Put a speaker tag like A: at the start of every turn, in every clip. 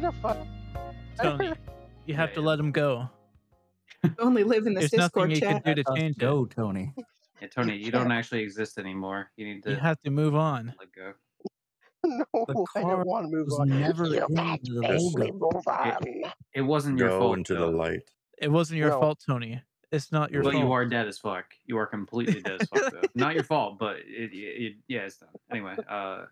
A: the fuck?
B: Tony, you have to let him go.
C: Only live in this
B: There's
C: Discord
B: nothing you
C: chat.
B: can do to
D: Us
B: change it.
D: go, Tony.
E: Yeah, Tony, you don't actually exist anymore. You need to
B: You have to move on.
E: let go.
A: No, I
D: car
A: don't want to move
D: was
A: on.
D: never
A: you
D: in
A: can't
D: the
A: make
D: logo.
A: me move on.
E: It wasn't your
F: Go
E: fault.
F: into the
E: though.
F: light.
B: It wasn't your
A: No.
B: fault, Tony. It's not your
E: but
B: fault.
E: you are dead as fuck. You are completely dead as fuck. Though. Not your fault, but it, it, it, yeah, it's done. Anyway, uh,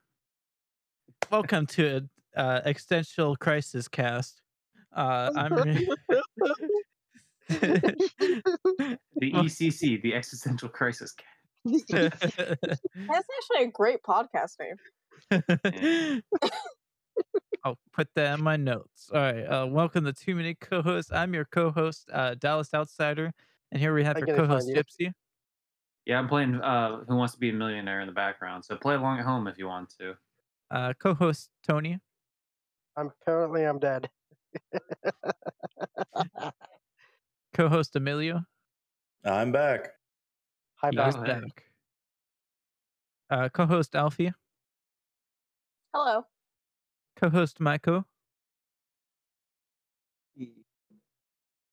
B: Welcome to uh, Existential Crisis Cast. Uh, I'm.
E: the
B: Well-
E: ECC, the existential crisis. Ca-
G: That's actually a great podcast name.
B: I'll put that in my notes. All right. Uh, welcome to Two Minute Co host. I'm your co host, uh, Dallas Outsider. And here we have
A: Where
B: your
A: can they
B: co
A: find
B: host,
A: you?
B: Gypsy.
E: Yeah, I'm playing uh, Who Wants to Be a Millionaire in the background. So play along at home if you want to.
B: Uh, co host, Tony.
A: I'm currently I'm dead.
B: Co host, Emilio.
F: I'm back.
A: Hi,
B: He's
A: back.
E: Alright.
B: back. Uh, co host, Alfie.
G: Hello.
B: Co host, Michael.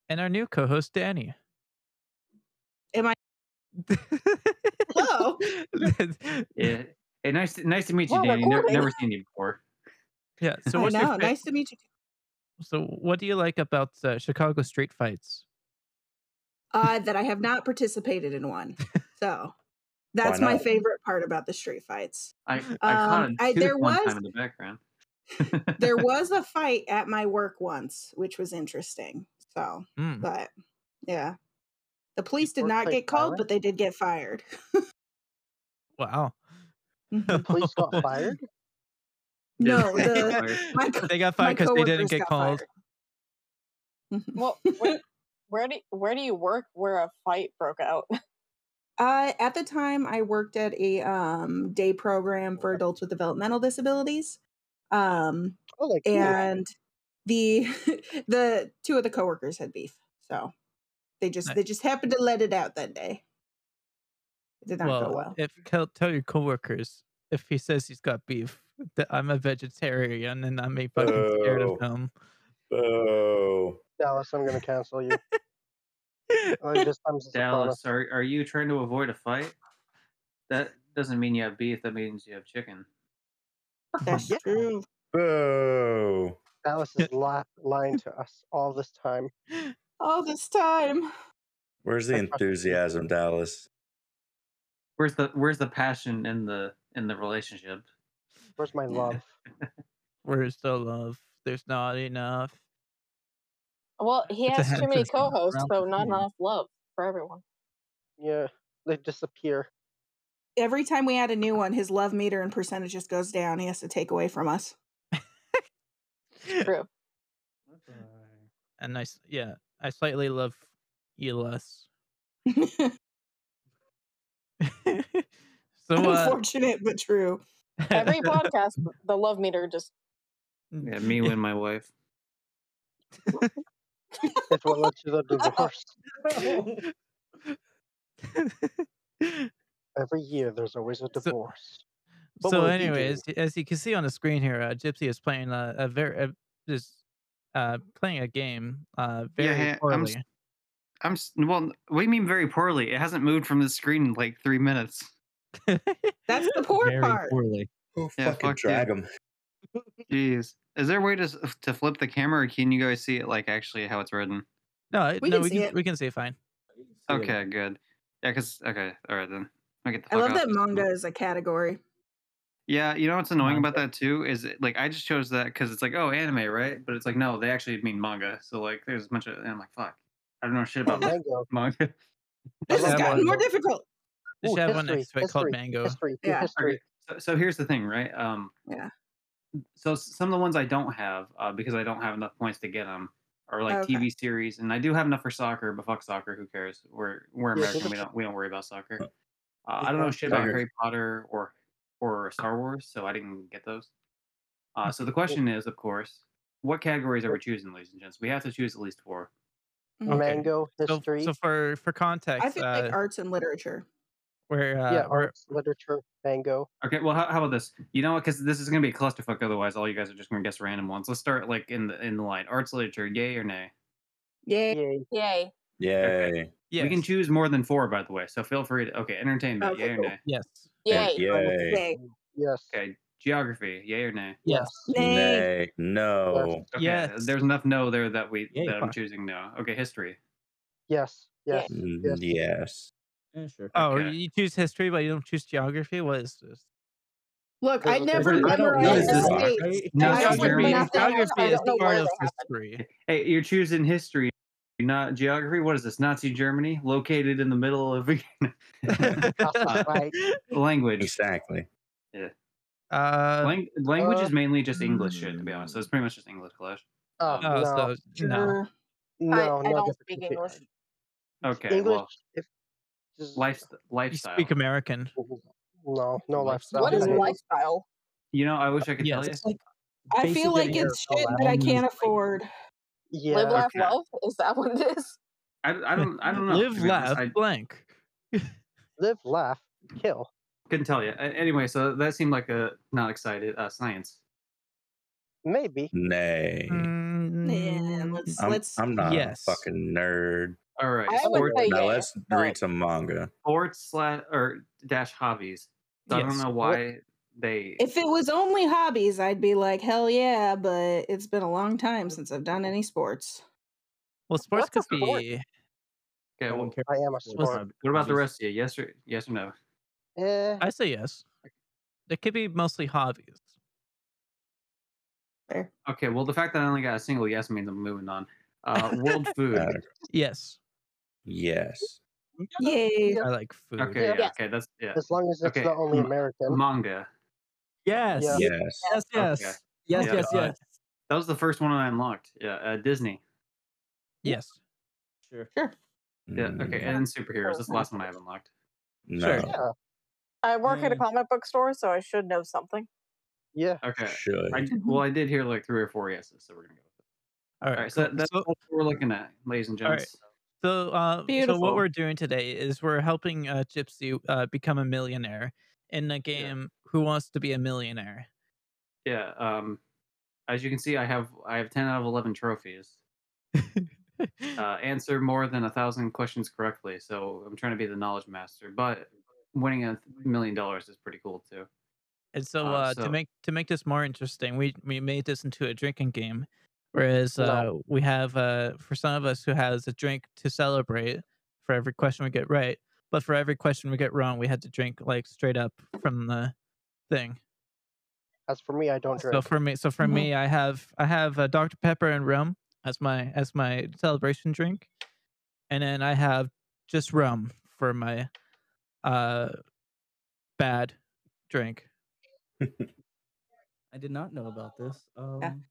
B: And our new co host, Danny.
C: Am I- Hello.
E: Yeah. Eh, Hey, nice, to, nice to meet you,
G: Well,
E: Danny. Never,
G: recording.
E: never seen you before.
B: Yeah. So,
C: I
B: what's your
C: know.
B: fa-
C: Nice to meet you.
B: so what do you like about uh, Chicago street fights?
C: Uh, that I have not participated in one. So that's my
F: not?
C: favorite part about the street fights.
E: I, I caught
C: Um,
E: a
C: I-
E: tooth
C: there
E: one
C: was-
E: time in the background.
C: There was a fight at my work once, which was interesting. So,
B: Mm.
C: but yeah. The police did not
A: Workplace
C: get called,
A: violence?
C: but they did get fired.
B: Wow.
C: Mhm.
A: Police got fired.
C: no,
E: Yeah.
C: the, my, co-
B: they got
C: my
B: fired because they didn't
C: coworkers
B: get
C: got
B: called.
C: fired. Mhm.
G: Well, where, where do where do you work where a fight broke out?
C: Uh, at the time, I worked at a um, day program for adults with developmental disabilities, um,
A: Oh, like
C: and the the two of the coworkers had beef, so they just
B: Nice.
C: they just happened to let it out that day. It did not
B: well,
C: go well.
B: if tell, tell your coworkers if he says he's got beef that I'm a vegetarian and I'm a fucking scared of
F: Oh.
B: him.
F: Oh,
A: Dallas, I'm gonna cancel you. Or just I'm just a
E: Dallas, are, are you trying to avoid a fight? That doesn't mean you have beef. That means you have chicken.
C: That's
A: yeah.
C: true.
F: oh.
A: promise. Dallas is li- lying to us all this time.
C: All this time,
F: Where's the enthusiasm, Dallas?
E: Where's the Where's the passion in the in the relationship?
A: Where's my love?
B: Where's the love? There's not enough.
G: Well, he
B: It's a
G: has too
B: hand
G: many
B: system.
G: co-hosts,
B: Round
G: so not
B: fifteen.
G: enough love for everyone.
A: Yeah, they disappear.
C: every time we add a new one, his love meter and percentage just goes down. He has to take away from us.
G: True.
B: And I s- yeah, I slightly love you less. so uh,
C: Unfortunate but true.
G: Every podcast, the love meter just
E: Yeah, me and my wife.
A: It's what led to the divorce. Every year, there's always a
B: So-
A: divorce. But
B: so
A: what would you do?
B: anyways y- as you can see on the screen here uh, gypsy is playing a, a very uh, just uh playing a game uh very
E: yeah, I'm
B: poorly
E: s- I'm s- well. What do you mean very poorly? It hasn't moved from the screen in like three minutes.
C: That's the poor
B: Very
C: part.
B: poorly
F: Oh,
E: Yeah,
F: fucking
E: fuck
F: drag
E: you.
F: him.
E: Jeez, is there a way to s- to flip the camera, or can you guys see it like actually how it's written?
B: no it-
C: We
B: no
C: can
B: we
C: see
B: can,
C: it.
B: we can see it fine
E: Okay, good. Yeah, cause okay, all right then. I'll get the
C: I
E: fuck
C: love
E: off
C: that
E: this phone.
C: manga is a category.
E: Yeah, you know what's annoying about that too is it, like I just chose that because it's like oh anime right, but it's like no, they actually mean manga. So like there's a bunch of and I'm like fuck, I don't know shit about
A: Mango. Ooh,
E: manga.
C: This has
B: love
C: gotten more
B: manga.
C: difficult.
B: they should have one
A: history,
B: next to it called
A: history,
B: mango
A: History, do
C: Yeah.
A: history.
E: So, so here's the thing, right? Um,
C: Yeah.
E: So s- some of the ones I don't have uh, because I don't have enough points to get them are like
C: Okay.
E: TV series, and I do have enough for soccer, but fuck soccer, who cares? We're we're
A: Yeah,
E: American,
A: just-
E: we don't we don't worry about soccer. Uh, I don't know shit about
F: Soccer.
E: Harry Potter or or Star Wars, so I didn't get those. Uh, so the question is, of course, what categories are we choosing, ladies and gents? We have to choose at least four.
B: Okay.
A: Mango
B: so,
A: history.
B: so for for context
C: I feel
B: uh,
C: like arts and literature.
B: where uh,
A: yeah,
B: where
A: arts, literature, mango.
E: Okay, well, how, how about this? You know what? Because this is gonna be a clusterfuck. Otherwise, all you guys are just gonna guess random ones. Let's start like in the in the line. Arts literature, yay or nay?
C: Yay.
A: Yay.
G: Yay.
F: Yay.
B: yes,
E: We can choose more than four, by the way. So feel free to. Okay, entertainment,
C: Okay,
E: yay or
C: cool.
E: nay?
B: yes,
G: Yay.
F: Yay. Yay.
C: Yay.
A: Yes.
E: Okay, geography, yay or nay?
B: yes,
C: Yay.
F: Nay. No.
E: Okay, uh,
B: Yes.
E: There's enough no there that we
B: Yay,
E: that I'm
B: fuck.
E: choosing no. Okay, history.
A: Yes. Yes.
F: Mm, Yes.
B: Oh,
E: Okay.
B: you choose history, but you don't choose geography. What is this?
C: Look, I
A: Okay.
C: never
A: I don't know
C: memorized
A: this
F: part,
C: dates.
B: right?
E: No,
C: I
E: it's
C: don't
E: Jeremy.
C: remember nothing.
B: Geography
G: I
B: is
G: don't know
B: part
G: where
B: of
G: they happen.
B: history.
E: Hey, you're choosing history, not geography. What is this? Nazi Germany, located in the middle of
A: Right.
E: language.
F: Exactly.
B: Uh,
E: Lang- language
A: uh, mm.
E: is mainly just English shit, to be honest. So it's pretty much just English clash.
A: Oh,
B: no,
A: no.
B: so no.
C: Uh,
A: no,
G: I, I
A: no,
G: don't
A: that's a
G: speak
A: complete
G: English.
A: lie.
E: Okay,
A: English.
E: well,
A: if, this is-
E: life,
B: You
E: lifestyle.
B: speak American.
A: No, no lifestyle.
G: What
A: I
G: is
A: hate it.
G: lifestyle?
E: You know, I wish I could tell you.
B: Yes.
C: I feel like it's
A: all
C: shit that I
A: out.
C: can't afford.
A: Yeah.
G: Live, laugh,
E: okay.
G: love? Is that what it is?
E: I, I don't. I don't know.
B: Live,
E: to be honest.
B: laugh, blank.
A: live, laugh, kill.
E: I couldn't tell you. A- Anyway, so that seemed like a not excited uh, science.
A: Maybe.
F: Nay.
E: Mm,
C: Man,
B: Mm,
C: let's
F: I'm,
C: let's
F: I'm not
B: yes.
F: a fucking nerd.
E: All right,
G: I would
E: sports,
G: say
F: Now
G: yay,
F: let's
G: but-
F: read some manga.
E: sports slash or dash hobbies. So I don't
B: Yes.
E: know why they.
C: If it was only hobbies, I'd be like, hell yeah, but it's been a long time since I've done any sports.
B: Well, sports could
G: What's a sport?
B: be.
E: okay, well,
A: I am a
B: What's-
A: sport.
E: what about the
B: Hobbies.
E: rest of you? Yes or yes or no?
A: Eh,
B: I say yes. It could be mostly hobbies.
E: Okay, well, the fact that I only got a single yes means I'm moving on. Uh, world food.
F: Uh,
B: Yes,
F: yes.
C: Yay.
B: I like food.
E: Okay, yeah,
G: Yes.
E: okay, that's yeah.
A: as long as it's
E: Okay,
A: the only
E: m-
A: American.
E: Manga.
B: Yes.
A: Yeah.
B: Yes.
F: Yes.
B: Yes. Yes.
E: Okay.
B: Yes.
E: Yeah.
B: Yes.
E: Uh,
B: Yes.
E: That was the first one I unlocked. Yeah, uh, Disney.
B: Yes.
E: Yeah,
B: Mm.
E: okay, and then superheroes. That's the last one I have unlocked.
F: Mm, No.
B: Sure.
A: yeah.
G: I work at a
B: Mm.
G: comic book store, so I should know something.
A: Yeah.
E: Okay,
F: Should.
E: I, well, I did hear like three or four yeses, so we're gonna go. With
B: All
E: it.
B: right.
E: All right, so
B: cool.
E: that's
B: so,
E: what we're looking at, ladies and
B: All right.
E: gents.
B: so, uh, so
C: Beautiful.
B: what we're doing today is we're helping uh, Gypsy uh, become a millionaire in the game Who Wants to Be a Millionaire.
E: Yeah. Um, as you can see, I have I have ten out of eleven trophies. Uh, answer more than a thousand questions correctly, so I'm trying to be the knowledge master. But winning a million dollars is pretty cool too.
B: And so,
E: Uh,
B: uh,
E: so-
B: to make to make this more interesting, we we made this into a drinking game. Whereas
A: No.
B: uh, we have uh, for some of us who has a drink to celebrate for every question we get right, but for every question we get wrong, we had to drink like straight up from the thing.
A: As for me, I don't
B: So
A: drink.
B: for me, so for
E: Mm-hmm.
C: Mhm.
B: me, I have I have uh, Dr Pepper and rum as my as my celebration drink, and then I have just rum for my uh bad drink.
D: I did not know about this. Um,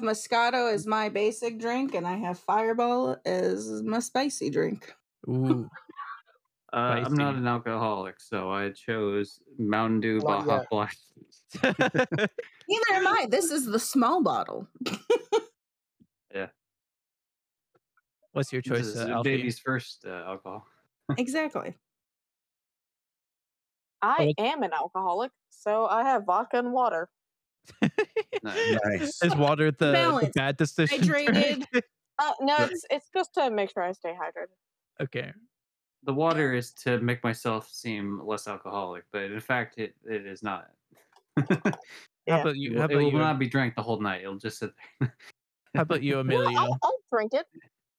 C: Moscato is my basic drink, and I have Fireball as my spicy drink.
B: Ooh.
E: Uh, I'm not
B: Spicy.
E: an alcoholic, so I chose Mountain Dew
A: Not
E: Baja
A: yet.
E: Blast.
C: Neither am I. This is the small bottle.
B: What's your
E: This
B: choice,
E: is
B: uh,
E: uh,
B: Alfie?
E: baby's first uh, alcohol.
C: exactly.
G: I
B: Alright.
G: am an alcoholic, so I have vodka and water.
E: Nice.
F: Nice.
B: Is water the, the
C: Balance.
B: bad decision? drink?
C: Hydrated.
G: Uh, no, it's it's just to make sure I stay hydrated.
B: okay.
E: The water is to make myself seem less alcoholic, but in fact, it, it is not.
B: How
G: Yeah.
B: about
E: It
B: you?
E: will-
B: How
E: it
B: about
E: will
B: you?
E: not be drank the whole night. It'll just sit there.
B: How about you,
G: Well,
B: Amelia?
G: I'll, I'll drink it.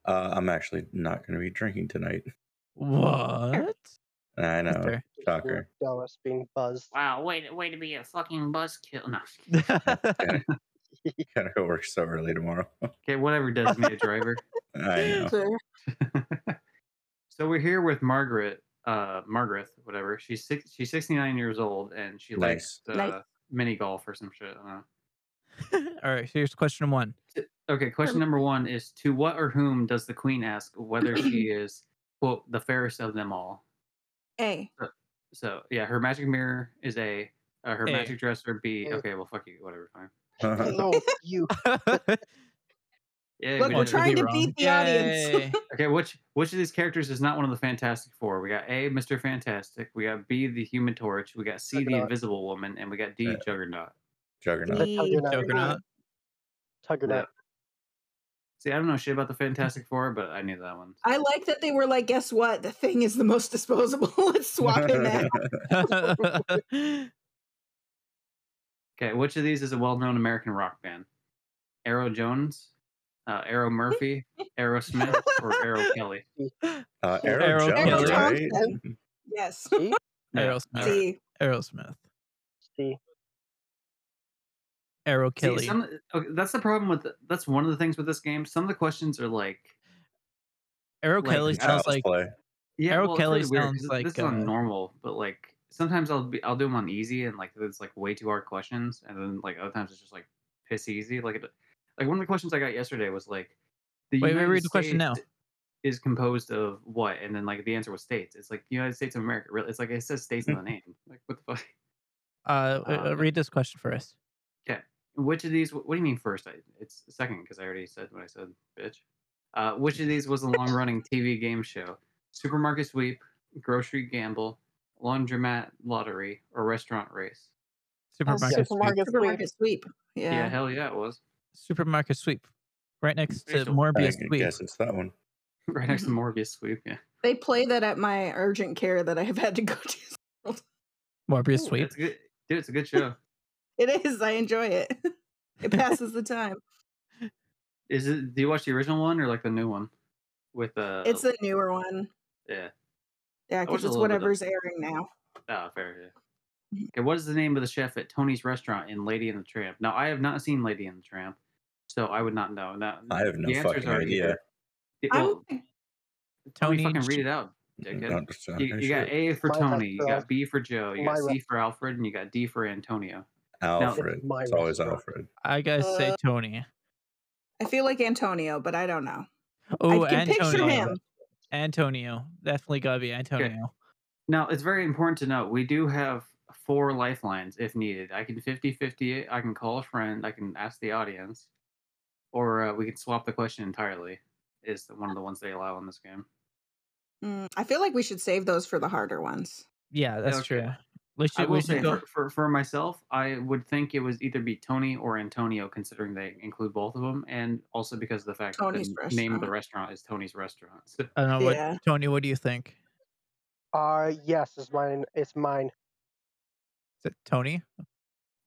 F: Uh, I'm actually not going to be drinking tonight.
B: What?
F: I know.
B: That's
F: Shocker.
A: Dallas being buzzed.
E: Wow, way to, way to be a fucking buzzkill. No.
B: fair.
F: Gotta go work so early tomorrow.
E: Okay, whatever does me a driver.
F: I know.
C: Sure.
E: so we're here with Margaret, uh, Margaret, whatever. She's six, she's 69 years old and she likes uh,
C: Nice.
E: mini golf or some shit. I don't know.
B: All right. Here's question one.
E: Okay, question number one is to what or whom does the queen ask whether she is quote the fairest of them all?
C: Hey,
E: So yeah, her magic mirror is A, uh, her
B: A.
E: magic dresser B.
A: A.
E: Okay, well fuck you, whatever. Fine.
A: no, you.
E: Yeah,
C: Look,
E: we
C: we're
E: did it.
C: trying to
B: wrong.
C: beat the
B: Yay.
C: audience.
E: Okay, which which of these characters is not one of the Fantastic Four? We got A, Mister Fantastic. We got B, the Human Torch. We got C, the
A: Juggernaut.
E: Invisible Woman, and we got D,
F: Yeah.
E: Juggernaut.
F: Juggernaut.
A: The Juggernaut.
B: Juggernaut.
A: Juggernaut.
E: See, I don't know shit about the Fantastic Four, but I knew that one.
C: I like that they were like, guess what? The thing is the most disposable. Let's swap in that.
F: Uh,
E: Okay, which of these is a well-known American rock band? Arrow Jones, uh, Arrow Murphy, Arrow Smith, or Arrow Kelly?
F: Uh,
A: Yeah.
F: Arrow,
B: Arrow
F: Jones,
C: Kelly.
F: right?
C: Johnson. Yes.
A: See?
B: Aerosmith.
C: See,
B: Aerosmith.
A: See?
B: Arrow
E: See,
B: Kelly.
E: some, okay, that's the problem with that's one of the things with this game. Some of the questions are like,
B: Arrow
E: like,
B: Kelly
E: I
B: sounds
F: Child's
B: like
F: play.
E: yeah,
B: Arrow
E: well, it's
B: Kelly
E: really weird,
B: sounds
E: 'cause
B: like,
E: this is on
B: uh,
E: normal, but like sometimes I'll be I'll do them on easy and like it's like way too hard questions, and then like other times it's just like piss easy. Like it, like one of the questions I got yesterday was like, the
B: Wait, wait,
E: United
B: read the question now.
E: States Is composed of what? And then like the answer was states. It's like the United States of America. Really, it's like it says states in the name. Like what the fuck?
B: uh, uh,
E: uh,
B: read this question for
C: Oh,
B: us.
E: Which of these? What do you mean first? I, it's second because I already said what I said, bitch. Uh, which of these was a long-running TV game show? Supermarket sweep, grocery gamble, laundromat lottery, or restaurant race?
B: Supermarket sweep.
G: supermarket sweep.
C: supermarket sweep.
E: Yeah,
C: Yeah.
E: hell yeah, it was
B: Supermarket sweep. Right next to
E: Rachel.
F: I
B: Morbius sweep.
F: guess it's that one.
E: right next to Morbius sweep. Yeah,
C: They play that at my urgent care that I have had to go to.
B: Morbius
E: Ooh,
B: sweep.
E: It's good, dude. It's a good show.
C: It is. I enjoy it. It passes the time.
E: Is it? Do you watch the original one or like the new one? With uh,
C: It's the newer one.
E: yeah.
C: Yeah,
E: watched
C: because
E: a
C: it's
E: little bit of-
C: whatever's airing now.
E: Oh, fair. Yeah. Okay, what is the name of the chef at Tony's restaurant in Lady and the Tramp? Now, I have not seen Lady and the Tramp, so I would not know. Now,
F: I have no
E: the answers
F: fucking
E: are
F: idea.
E: either- Yeah, well,
C: I'm,
B: Tony
E: Tony, fucking
B: Ch-
E: read it out. dickhead.
F: Not just-
E: You,
F: okay,
E: you got
F: sure.
E: A for
A: My
E: Tony, you got
A: restaurant.
E: B for Joe, you got
A: My
E: C for Alfred, and you got D for Antonio.
F: Alfred.
A: my
F: It's always
A: restaurant.
F: Alfred.
B: I guess say
C: Uh,
B: Tony.
C: I feel like Antonio, but I don't know.
B: Oh,
C: I can picture
B: Antonio.
C: him.
B: Antonio. Definitely gotta be Antonio.
E: Now, it's very important to note we do have four lifelines if needed. I can 50 50 it, I can call a friend, I can ask the audience, or uh, we can swap the question entirely, is the- one of the ones they allow in this game.
C: Mm, I feel like we should save those for the harder ones.
B: Yeah, that's
E: Okay.
B: true. We
E: I
B: should,
E: will
B: we
E: say
B: should go.
E: for, for, for myself, I would think it was either be Tony or Antonio, considering they include both of them, and also because of the fact
C: Tony's
E: that the name of the restaurant is Tony's Restaurant. So,
B: I don't know what
C: Yeah.
B: Tony. What do you think?
A: Uh, yes, it's mine. It's mine.
B: Is it Tony?
E: is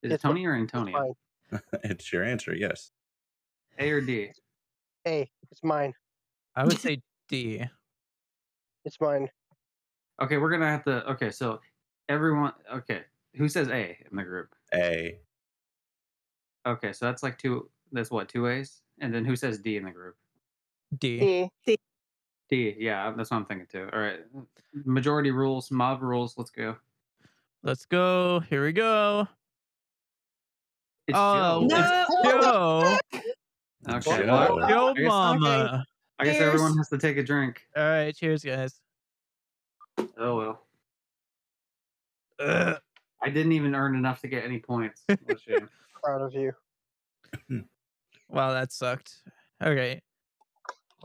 E: it
A: It's fine.
E: Tony or
A: It's
E: Antonio?
A: mine.
F: It's your answer, yes.
E: A or D?
A: Hey, it's mine.
B: I would say D.
A: It's mine.
E: Okay, we're gonna have to. Okay, so everyone. Okay, who says A in the group?
F: A.
E: Okay, so that's like two. That's what two A's, and then who says D in the group?
B: D.
G: D.
E: D. Yeah, that's what I'm thinking too. All right, majority rules, mob rules. Let's go.
B: Let's go. Here we go.
E: It's
B: Oh,
E: Joe.
C: No!
B: Joe.
E: Okay.
F: Shit.
E: well,
F: Oh,
B: Joe
E: okay.
B: Mama.
E: I guess
C: Cheers.
E: everyone has to take a drink.
B: All right. Cheers, guys.
E: Oh well.
B: Ugh.
E: I didn't even earn enough to get any points. What a shame.
A: Proud of you.
B: Wow, that sucked. Okay.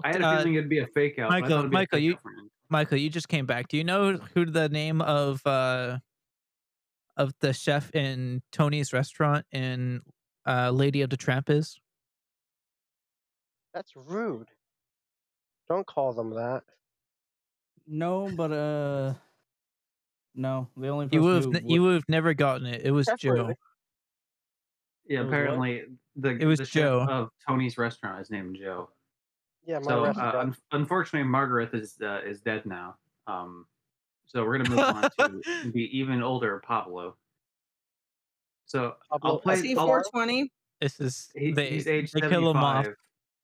E: I had a
B: Uh,
E: feeling it'd be a fake out. but I
B: Michael-
E: thought it'd be a
B: Michael,
E: fake
B: you-
E: out for me.
B: Michael, you just came back. Do you know who the name of uh of the chef in Tony's restaurant in uh Lady of the Tramp is?
A: That's rude. Don't call them that.
D: No, but uh, no. The only person
B: You would
D: who
B: have
D: would-
B: you would have never gotten it. It was Joe.
G: Definitely.
E: Yeah,
D: It was what?
E: apparently the
B: It was
E: the chef
B: Joe.
E: of Tony's restaurant is named Joe.
A: Yeah, my
E: So uh,
A: restaurant.
E: un- unfortunately, Margaret is uh, is dead now. Um, so we're gonna move on to the even older Pablo. So I'll
A: Pablo
E: play.
C: See,
E: I'll-
C: 420.
B: This is
E: he-
B: they,
E: he's age
B: they kill him off.
E: 75,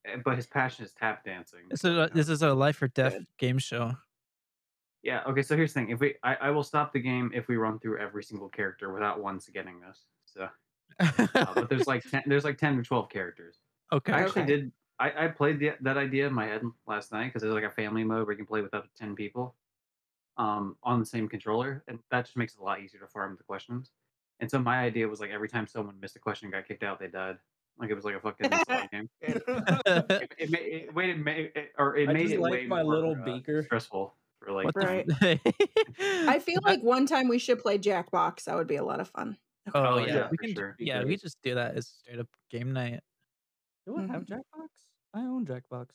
E: eh, but his passion is tap dancing.
B: This is a,
E: Yeah.
B: this is a life or death
C: Good.
B: game show.
E: Yeah. Okay. So here's the thing. If we, I, I will stop the game if we run through every single character without once getting this. So, uh, but there's like ten, there's like ten to twelve characters.
B: okay.
E: I actually
C: Okay.
E: did. I, I played the, that idea in my head last night because there's like a family mode where you can play with up to ten people, um, on the same controller, and that just makes it a lot easier to farm the questions. And so my idea was like every time someone missed a question and got kicked out, they died. like it was like a fucking slot game. It, it, ma- it, wait, it, ma- it- or it
D: I
E: made
D: just
E: it
D: like
E: way
D: my
E: more,
D: little
E: uh,
D: beaker.
E: stressful for like
B: What the
C: Right.
B: f-
C: I feel like one time we should play Jackbox. That would be a lot of fun.
B: Oh,
E: Oh,
B: yeah,
E: yeah,
B: we
E: for
B: can.
E: sure.
B: Yeah, we just do that as straight up game night.
D: Do I have Jackbox? I own Jackbox.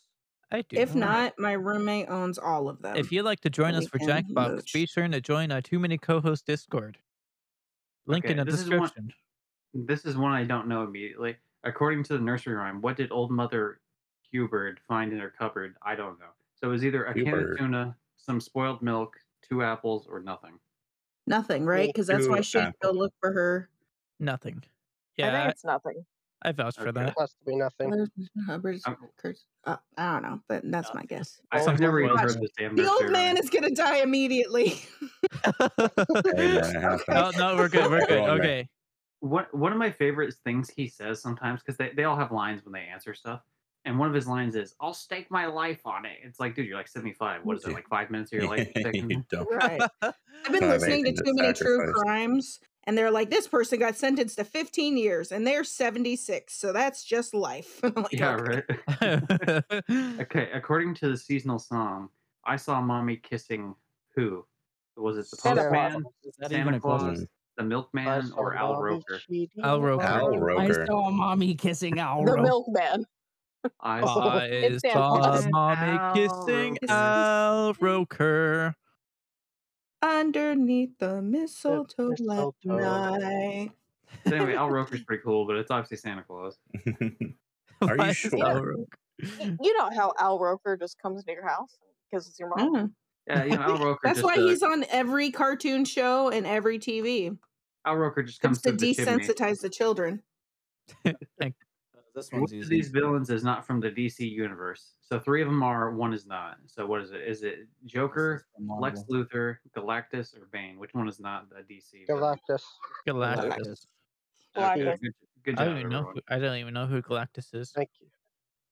B: I do.
C: If not, um, my roommate owns all of them.
B: if you'd like to join
C: we
B: us for
C: can
B: Jackbox,
C: mooch.
B: be sure to join our Too Many Co-host Discord. Link
E: Okay,
B: in the
E: this is one-
B: description.
E: this is one I don't know immediately. According to the nursery rhyme, what did old mother Hubert find in her cupboard? I don't know. So it was either a can
F: Hubert.
E: of tuna, some spoiled milk, two apples, or nothing.
C: Nothing, right? Because that's why
F: Ooh,
C: she go
F: apple.
C: look for her.
B: Nothing.
G: I
B: Yeah,
G: think it's nothing.
B: I, I vouched for
E: Okay.
B: that.
A: has to be nothing.
C: Hubbard's
E: I'm-
C: curse. Uh, I don't know, but that's my guess.
E: I- I've
B: Sounds
E: never even
B: like-
E: heard this damn
C: The
E: nursery
C: old man
E: rhyme.
C: is gonna die immediately.
F: Hey, man, I have that.
B: no, Oh, no, we're good. We're good.
F: Wrong man.
B: Okay.
E: One one of my favorite things he says sometimes because they, they all have lines when they answer stuff, and one of his lines is, "I'll stake my life on it." It's like, dude, you're like 75. What is it
F: Yeah.
E: like five minutes of your life? you're taking?
F: You don't.
C: right. I've been
F: Kinda
C: listening to
F: making
C: too
F: the
C: many true
F: sacrifice.
C: crimes, and they're like, this person got sentenced to 15 years, and they're 76, so that's just life. I'm like,
E: yeah,
C: "Okay."
E: right. okay, according to the seasonal song, I saw mommy kissing who? Was it the
G: Santa Claus.
E: postman,
D: Is that even
E: Santa
D: a question?
E: Claus,
F: Mm.
E: the milkman, or Al Roker?
B: Al Roker.
F: Al Roker.
D: saw mommy kissing Al
G: The milkman.
E: I saw
B: I
G: It's Dan
B: saw
G: Fox.
B: mommy
E: Al
B: kissing
E: Roker.
B: Al Roker.
C: Underneath the mistletoe last
A: mistletoe.
C: night.
E: So anyway, Al Roker's pretty cool, but it's obviously Santa Claus.
F: Are you
B: Why is it
F: sure?
E: Oh,
B: Al Roker?
G: You know how Al Roker just comes into your house because it's your mom.
C: Mm.
E: Yeah, you know, Al Roker.
C: That's
E: just,
C: why
E: uh,
C: he's on every cartoon show and every TV.
E: Al Roker just comes
C: Comes to
E: through the chimney.
C: desensitize the children.
D: This
E: One of these villains is not from the DC universe, so three of them are. One is not. So what is it? Is it Joker, Lex Luthor, Galactus, or Bane? Which one is not a DC? villain?
A: Galactus.
B: Galactus.
E: Okay,
G: Galactus.
E: Good, good
B: I
E: job,
B: don't even know.
E: everyone.
B: Who, I don't even know who Galactus is.
A: Thank you.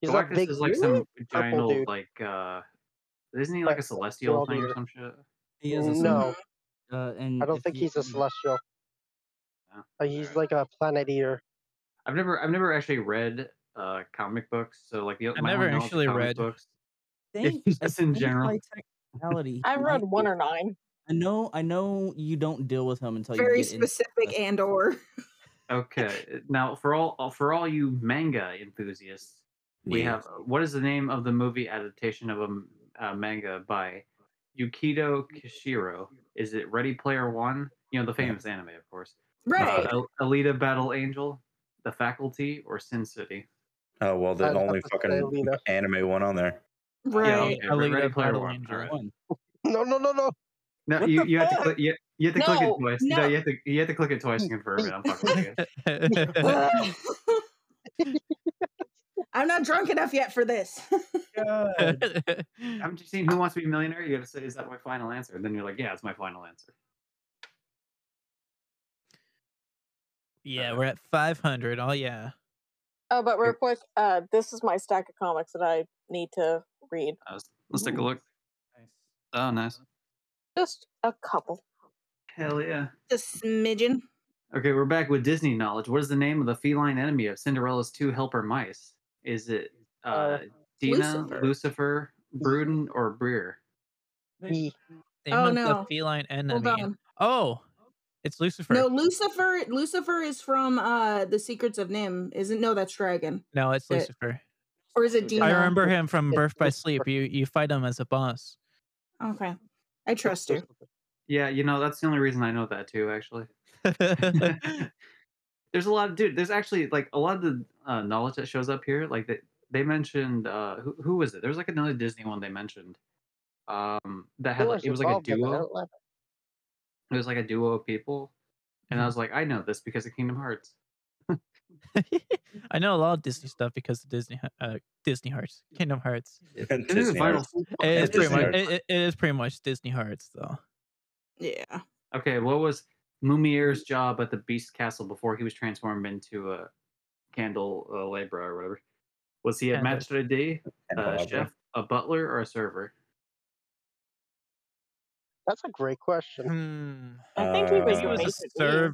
A: He's that
E: Galactus
A: big
E: is like
A: dude?
E: some giant
A: Purple
E: old
A: dude.
E: like. uh Isn't he like a
A: Like,
E: celestial
A: world
E: thing or
A: leader.
E: some shit?
D: He is a
A: No.
D: celestial, Uh, and
A: I don't
D: if
A: think
D: you-
A: he's a celestial.
E: Yeah,
A: Uh, he's
E: alright.
A: like a planet eater.
E: I've never, I've never actually read uh comic books, so like the
B: I've
E: my
B: never
E: own knowledge of
B: actually
E: comic
B: read.
E: books.
D: think-
E: It's
D: I
E: just in
D: think
E: general.
D: by technicality,
G: I
D: he
G: read
D: might
G: one
D: be-
G: or nine.
D: I know. I know you don't deal with him until
C: Very
D: you get into
C: specific
D: the-
C: and or.
E: Okay, now for all uh, for all you manga enthusiasts, we
F: Yeah.
E: have uh, what is the name of the movie adaptation of a, m- a manga by Yukito Kishiro? Is it Ready Player One? You know the famous anime, of course.
C: Right.
E: Uh, El- Alita Battle Angel, The Faculty, or Sin City?
F: Oh well,
A: I
F: the
A: was about
F: only
A: to say
F: fucking
A: Alita.
F: anime one on there.
E: Yeah,
C: right.
E: okay, Re-
B: Alita
E: Ready Player
B: Battle
E: One.
B: Angel.
E: all right.
D: One.
A: No, no, no, no.
E: No,
D: What
E: you,
D: the
E: you have to
D: fuck?
E: click. You, you have to click
G: No,
E: it twice. No.
G: no.
E: you have to you have to click it twice to confirm it. I'm fucking with you.
C: I'm not drunk enough yet for this.
E: I'm just seeing who wants to be a millionaire. You got to say, is that my final answer? And then you're like, yeah, it's my final answer.
B: yeah, we're at 500. Oh yeah.
G: Oh, but real quick, uh, this is my stack of comics that I need to read.
E: Uh, let's take a look. Oh, nice.
G: Just a couple.
E: Hell yeah.
C: Just smidgen.
E: Okay, we're back with Disney knowledge. What is the name of the feline enemy of Cinderella's two helper mice? Is it uh,
G: Uh,
E: Dina,
C: Lucifer.
E: Lucifer, Bruden, or Breer?
A: E.
B: Name
C: Oh,
B: of the
C: no.
B: feline
C: Hold
B: enemy.
C: on.
B: Oh, it's Lucifer.
C: No,
B: No,
C: Lucifer. Lucifer is from uh the Secrets of Nim, isn't? No, that's Dragon.
B: it's
C: Shit.
B: Lucifer.
C: Or is it Dina?
B: I remember him from
A: It's
B: Birth by
A: Lucifer.
B: Sleep. You you fight him as a boss.
C: Okay, I trust you.
E: Yeah, you know, that's the only reason I know that too, actually. there's a lot of, dude, there's actually like a lot of the uh, knowledge that shows up here. Like they, they mentioned, uh, who, who was it? There was like another Disney one they mentioned um, that had,
A: Who
E: like,
A: was
E: it was like a
A: involved in that? I
E: duo.
A: don't like-
E: it was like a duo of people and i
B: Mhm.
E: was like i know this because of kingdom hearts
B: I know a lot of Disney stuff because of Disney uh, Disney Hearts, Kingdom Hearts.
F: And
E: This is
F: Disney
E: vital.
F: Earth.
B: It is
F: Disney
B: pretty much
F: Hearts.
B: it, it- it is pretty much Disney Hearts though.
C: Yeah.
E: okay what was lumiere's job at the beast castle before he was transformed into a candle uh, laborer or whatever was he a
B: Candle.
E: master d
F: And
E: a
F: Barbara.
E: chef a butler or a server
A: That's a great question.
B: Hmm.
G: I think he was
F: Uh,
B: He
E: Hmm.
B: was
G: Basically.
B: a serve.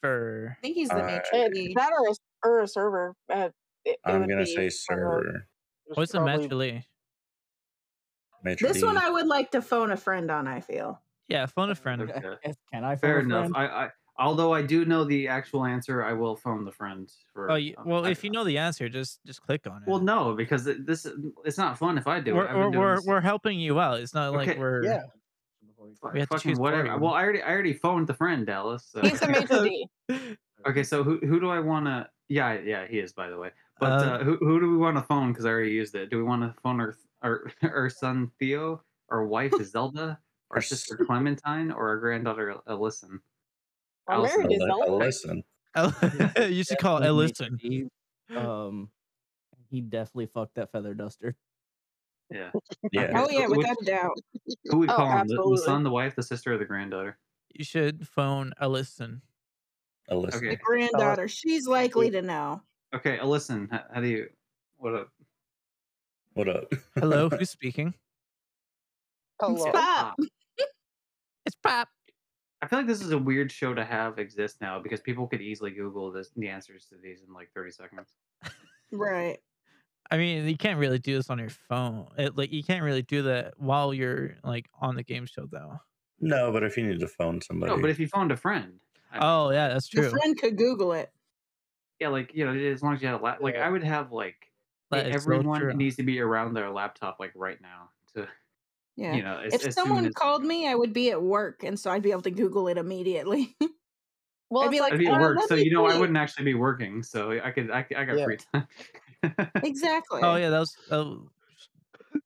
B: for
C: I think he's the
F: Uh,
C: matron.
G: that or a, or a server. Uh, it, it
F: I'm
G: would
F: gonna
G: be
F: say
G: one of-
F: server.
G: it's
B: what's a
G: probably-
B: matchily?
F: Maitre
C: This one
F: d'.
C: I would like to phone a friend on, I feel.
B: Yeah, phone a friend.
E: Okay.
D: Yes, Can I?
E: Fair
D: phone a
E: enough.
D: friend?
E: I, I although I do know the actual answer, I will phone the friend for.
B: Oh, you,
E: um,
B: well,
E: I-
B: if you know the answer, just just click on it.
E: Well, no, because it- this it's not fun if I do it.
B: we're
E: I've been
B: we're,
E: doing
B: we're,
E: this-
B: we're helping you out. It's not like
E: Okay,
B: we're
A: yeah.
E: fuck-
B: we have to
E: fucking
B: choose for
E: whatever.
B: you.
E: Well, I already I already phoned the friend Dallas. So.
G: He's the major D.
E: okay, so who who do I want to? Yeah, yeah, he is by the way. But
B: Uh,
E: uh, who who do we want to phone? Because I already used it. Do we want to phone our our our son Theo, our wife Zelda, our
F: Our
E: sister Clementine, or our granddaughter Ellison?
G: Our
E: Allison.
G: marriage is
F: Ele-
G: over.
F: Ellison.
B: El- you should call
D: Definitely
B: Ellison.
D: Maitre d', Um, he definitely fucked that feather duster.
E: Yeah.
F: Yeah.
C: Oh,
E: so
C: yeah,
E: which-
C: without a doubt.
E: Who we
G: Oh,
E: call him? The- The,
G: absolutely.
E: son, the wife, the sister, or the granddaughter?
B: You should phone Ellison.
F: Ellison.
E: Okay.
C: The granddaughter, she's likely to know.
E: Okay, Ellison, how, how do you? What up?
F: What up?
B: Hello, who's speaking?
G: Hello.
C: Pop.
B: It's Pop.
E: I feel like this is a weird show to have exist now because people could easily Google this, the answers to these in like 30 seconds.
C: Right.
B: I mean, you can't really do this on your phone. It, like you can't really do that while you're like on the game show though.
F: no, but if you need to phone somebody.
E: No, but if you phoned a friend, I-
B: Oh yeah, that's
C: Your
B: true.
C: friend could Google it.
E: yeah, like you know, as long as you had a lap, like I would have like
B: That is so
E: everyone
B: true.
E: needs to be around their laptop like right now to
C: Yeah.
E: you know. As,
C: if
E: as soon
C: someone
E: as-
C: called me, I would be at work, and so I'd be able to Google it immediately.
E: Oh,
G: Well,
C: I'd
G: it's
C: be like,
E: I'd be
C: "Oh,
E: at work,
C: let
E: so
C: me
E: you know I
C: see."
E: wouldn't actually be working, so I could I, I got
A: Yeah.
E: free time.
C: exactly.
B: Oh yeah, that was oh,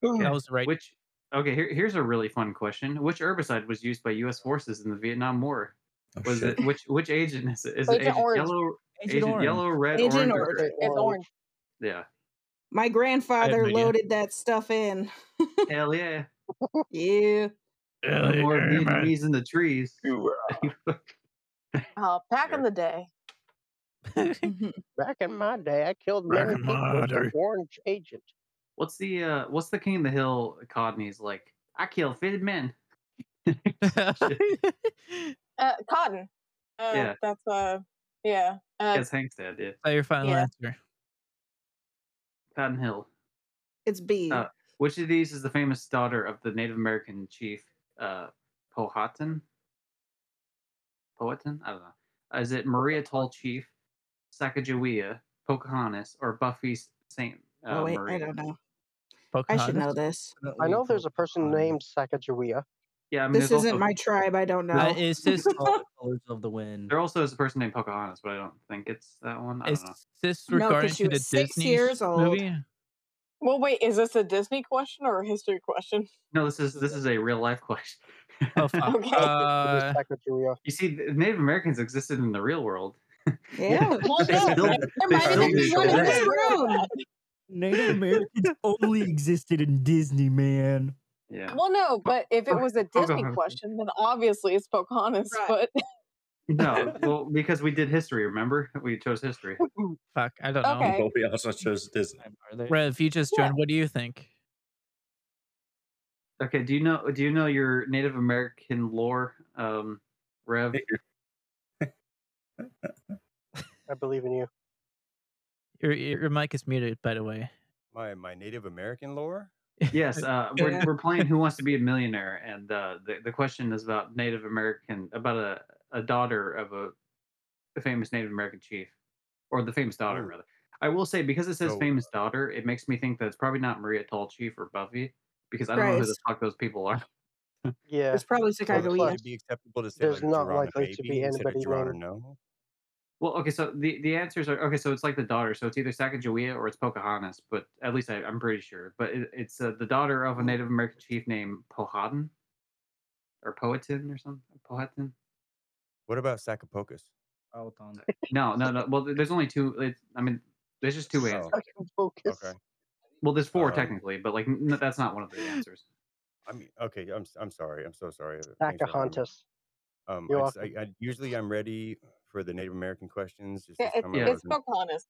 B: that was the right.
E: Which okay, here, here's a really fun question: Which herbicide was used by U.S. forces in the Vietnam War?
F: Oh,
E: Was
F: shit.
E: it which which agent is it? Is
G: Agent
E: it agent
G: Orange.
E: yellow,
D: Agent
E: agent,
D: Orange.
E: yellow, red,
C: Agent
E: orange? or-
C: Orange.
G: It's orange.
E: Yeah,
C: My grandfather
B: idea.
C: loaded that stuff in.
E: hell yeah!
C: Yeah.
E: No more Vietnamese in the trees.
G: Uh, back in the day,
C: Mhm.
A: Back in my day, I killed
B: Back
A: many
B: in
A: people
B: my
A: with an
B: day.
A: orange agent.
E: What's the uh what's the King of the Hill Codney's like? I kill fitted men.
G: uh, cotton. Uh,
E: Yeah.
G: That's uh, yeah. Uh,
E: As Hank said, yeah.
B: that your final
G: Yeah.
B: answer.
E: Cotton Hill.
C: It's B.
E: Uh, Which of these is the famous daughter of the Native American chief uh Powhatan? Powhatan? I don't know. Is it Maria Tall Chief, Sacagawea, Pocahontas, or Buffy Saint uh,
C: oh, wait.
E: Maria? Uh-huh,
C: I don't know. I should know this.
A: I know there's a person named Sacagawea.
E: Yeah, I mean,
C: This
E: there's
C: isn't
E: also-
C: my tribe. I don't know.
B: Uh, it's sis.
D: All the colors of the wind.
B: Mm-hmm.
E: There also is a person named Pocahontas, but I don't think it's that one. I
B: Is
E: don't know.
B: this
C: No, 'cause
B: regarding
C: she
B: to the
C: was six
B: Disney
C: years old.
B: movie?
G: well, wait, is this a Disney question or a history question?
E: No, this is this is a real life question.
B: Oh, fuck.
G: Okay.
B: Uh,
A: it was Sacagawea.
E: You see, the Native Americans existed in the real world.
C: yeah.
G: Well,
E: They
G: no,
E: still-
G: I-
C: There
E: They
C: might have
E: still
C: been
E: do
C: one in
E: that.
C: this room.
D: Native Americans only existed in Disney, man.
E: Yeah.
G: well, no, but if it
E: Poca-
G: was a Disney
E: Pocahontas.
G: question, then obviously it's Pocahontas.
C: Right.
G: But
E: No, well, because we did history. Remember, we chose history.
B: fuck. I don't know.
G: Okay.
F: But we also chose Disney.
D: Are they?
B: Rev, you just
G: Yeah.
B: joined. What do you think?
E: Okay. Do you know? Do you know your Native American lore, um, Rev?
A: I believe in you.
B: Your your your mic is muted, by the way.
H: My my Native American lore?
E: Yes. Uh, we're
C: Yeah.
E: we're playing Who Wants to Be a Millionaire, and uh, the the question is about Native American, about a a daughter of a, a famous Native American chief, or the famous daughter
H: Ooh.
E: rather. I will say because it says
H: So,
E: famous daughter, it makes me think that it's probably not Maria Tall Chief or Buffy, because I don't know who the fuck
C: Christ.
E: those people are.
A: Yeah.
C: It's probably
H: Would it
C: Sacagawea.
A: plus-
H: be acceptable to say
A: There's
H: like,
A: not
H: Geronimo
A: likely to be
H: Baby instead of
A: anybody
H: Geronimo
A: named-
H: Nomo?
E: Well, okay, so the, the answers are okay. So it's like the daughter. So it's either Sacagawea or it's Pocahontas, but at least I, I'm pretty sure. But it, it's uh, the daughter of a Native American chief named Powhatan, or Powhatan or something. Powhatan?
H: What about Sacapocus?
D: Out on
E: No, no, no. Well, there's only two. It's, I mean, there's just two answers.
A: Focus.
H: Oh. Okay.
E: Well, there's four
H: Um,
E: technically, but like n- that's not one of the answers.
H: I mean, okay. I'm s- I'm sorry. I'm so sorry. uh, thanks for having me.
A: Pocahontas.
H: Um,
A: You're
H: I, just- I, I- usually I'm ready for the Native American questions. Just
G: yeah,
H: this
G: it,
H: time I
G: it's
H: wasn't.
G: Pocahontas.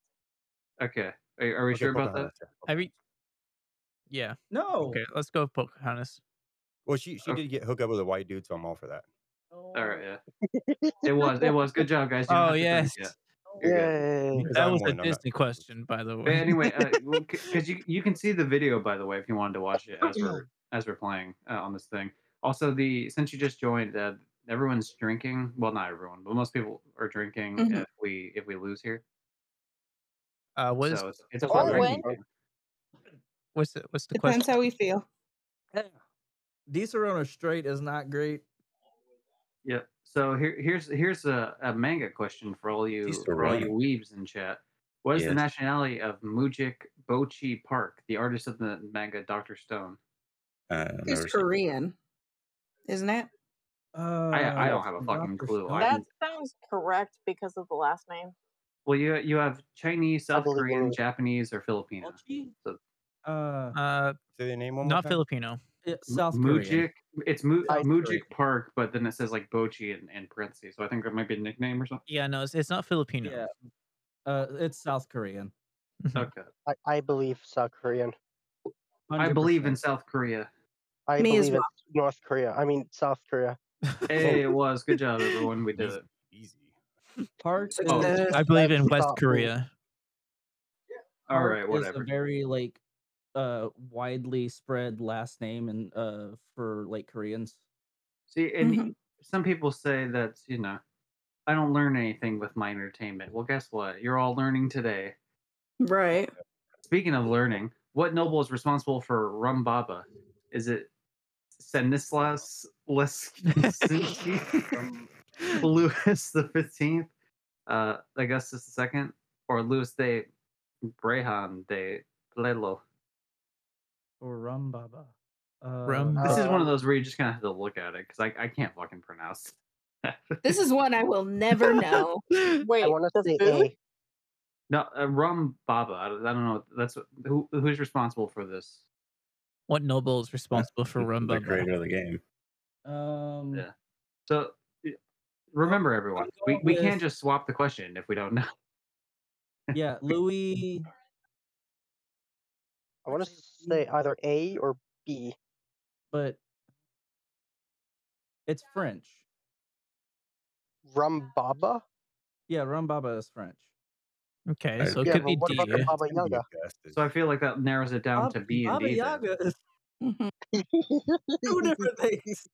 E: Okay, are, are we
H: Okay,
E: sure about that?
H: Pocahontas, yeah,
B: I mean,
H: Pocahontas.
B: yeah.
D: No.
B: Okay, let's go with Pocahontas.
H: Well, she she
E: Okay.
H: did get hooked up with a white dude, so I'm all for that.
E: All right, yeah. It was. It was. Good job, guys. You don't
B: Oh
E: have to drink
B: yes,
E: yet. You're good.
A: Yay.
H: Because
B: that
H: I'm
B: was a
H: one, I'm not-
B: Disney question, by the
E: But
B: way.
E: anyway, uh, because you you can see the video by the way if you wanted to watch it as we're as we're playing uh, on this thing. Also, the since you just joined, uh, everyone's drinking. Well, not everyone, but most people are drinking.
C: Mhm.
E: If we if we lose here,
B: uh, what is
E: so it's, it's a
G: Or
E: full drinking
G: win.
E: game.
B: what's the, what's the
C: Depends
B: question?
C: how we feel.
D: Dicerona straight is not great.
E: Yeah. So here here's here's a, a manga question for all you
F: These are
E: for all you
F: right.
E: weebs in chat. What is the
F: Yes.
E: nationality of Mujik Bochi Park, the artist of the manga Doctor Stone?
F: Uh,
C: It's
F: never seen it.
C: Korean, isn't it?
D: Uh,
E: I don't have a fucking
D: Dr.
E: clue.
D: Stone.
E: I-
G: That sounds correct because of the last name.
E: Well, you you have Chinese, South
A: believe
E: Korean,
A: it.
E: Japanese, or Filipino. So-
D: Uh,
B: Uh,
H: Say the name one more
B: not
H: time.
B: Filipino.
D: yeah,
E: M-
D: South
E: Mujik.
D: Korean.
E: It's Mu-
A: South
E: Mujik
A: Korean.
E: Park, but then it says like Bochi in, in parentheses. So I think that might be a nickname or something.
B: Yeah, no, it's, it's not Filipino.
D: Yeah. Uh, it's South Korean.
B: Mhm.
E: Okay.
A: I, I believe South Korean.
E: I believe in
D: 100%.
E: South Korea.
A: I
C: Me as
A: believe in North Korea. I mean South Korea.
D: Oh.
E: Hey, it was good job, everyone. We did
H: Easy,
E: it.
H: Easy.
D: Park.
C: Success.
E: Oh,
D: is-
A: That's-
B: I believe
A: that's
B: in West
A: thoughtful.
B: Korea.
E: All
D: Park
E: right,
D: Is
E: whatever.
D: a very like uh widely spread last name and uh for like Koreans.
E: See, and
C: Mhm.
E: some people say that you know, I don't learn anything with my entertainment. Well, guess what? You're all learning today.
C: Right.
E: Speaking of learning, what noble is responsible for Rum Baba? Is it Stanislas Lesinski, Louis the Fifteenth, uh, Augustus the Second, or Louis de Brehan de Lelo?
D: Or Rum Baba. Uh,
B: Rum
E: This is one
A: Uh,
E: of those where you just kind of have to look at it because I, I can't fucking pronounce.
C: This is one I will never know.
G: Wait,
A: I want to say
G: the food?
A: A.
E: No, uh, Rum Baba. I don't, I don't know. That's what- who who's responsible for this.
B: What noble is responsible for
F: The
B: Rumba?
F: creator of the game.
D: Um,
E: Yeah. So y- remember, everyone, we,
D: going
E: we can't
D: with-
E: just swap the question if we don't know.
D: yeah, Louis.
A: I want to
D: Actually,
A: say either A or B.
D: but it's French.
A: Rumbaba.
D: Yeah, Rum Baba is French.
B: Okay,
F: Uh,
B: so it
A: yeah,
B: could
A: but
B: be
A: what
B: D.
A: about the Baba
H: You
A: Yaga?
H: bastard.
E: So I feel like that narrows it down to
D: Bab-
E: B and
D: Baba
E: D. then.
D: Yaga is
C: Mhm.
D: two different things.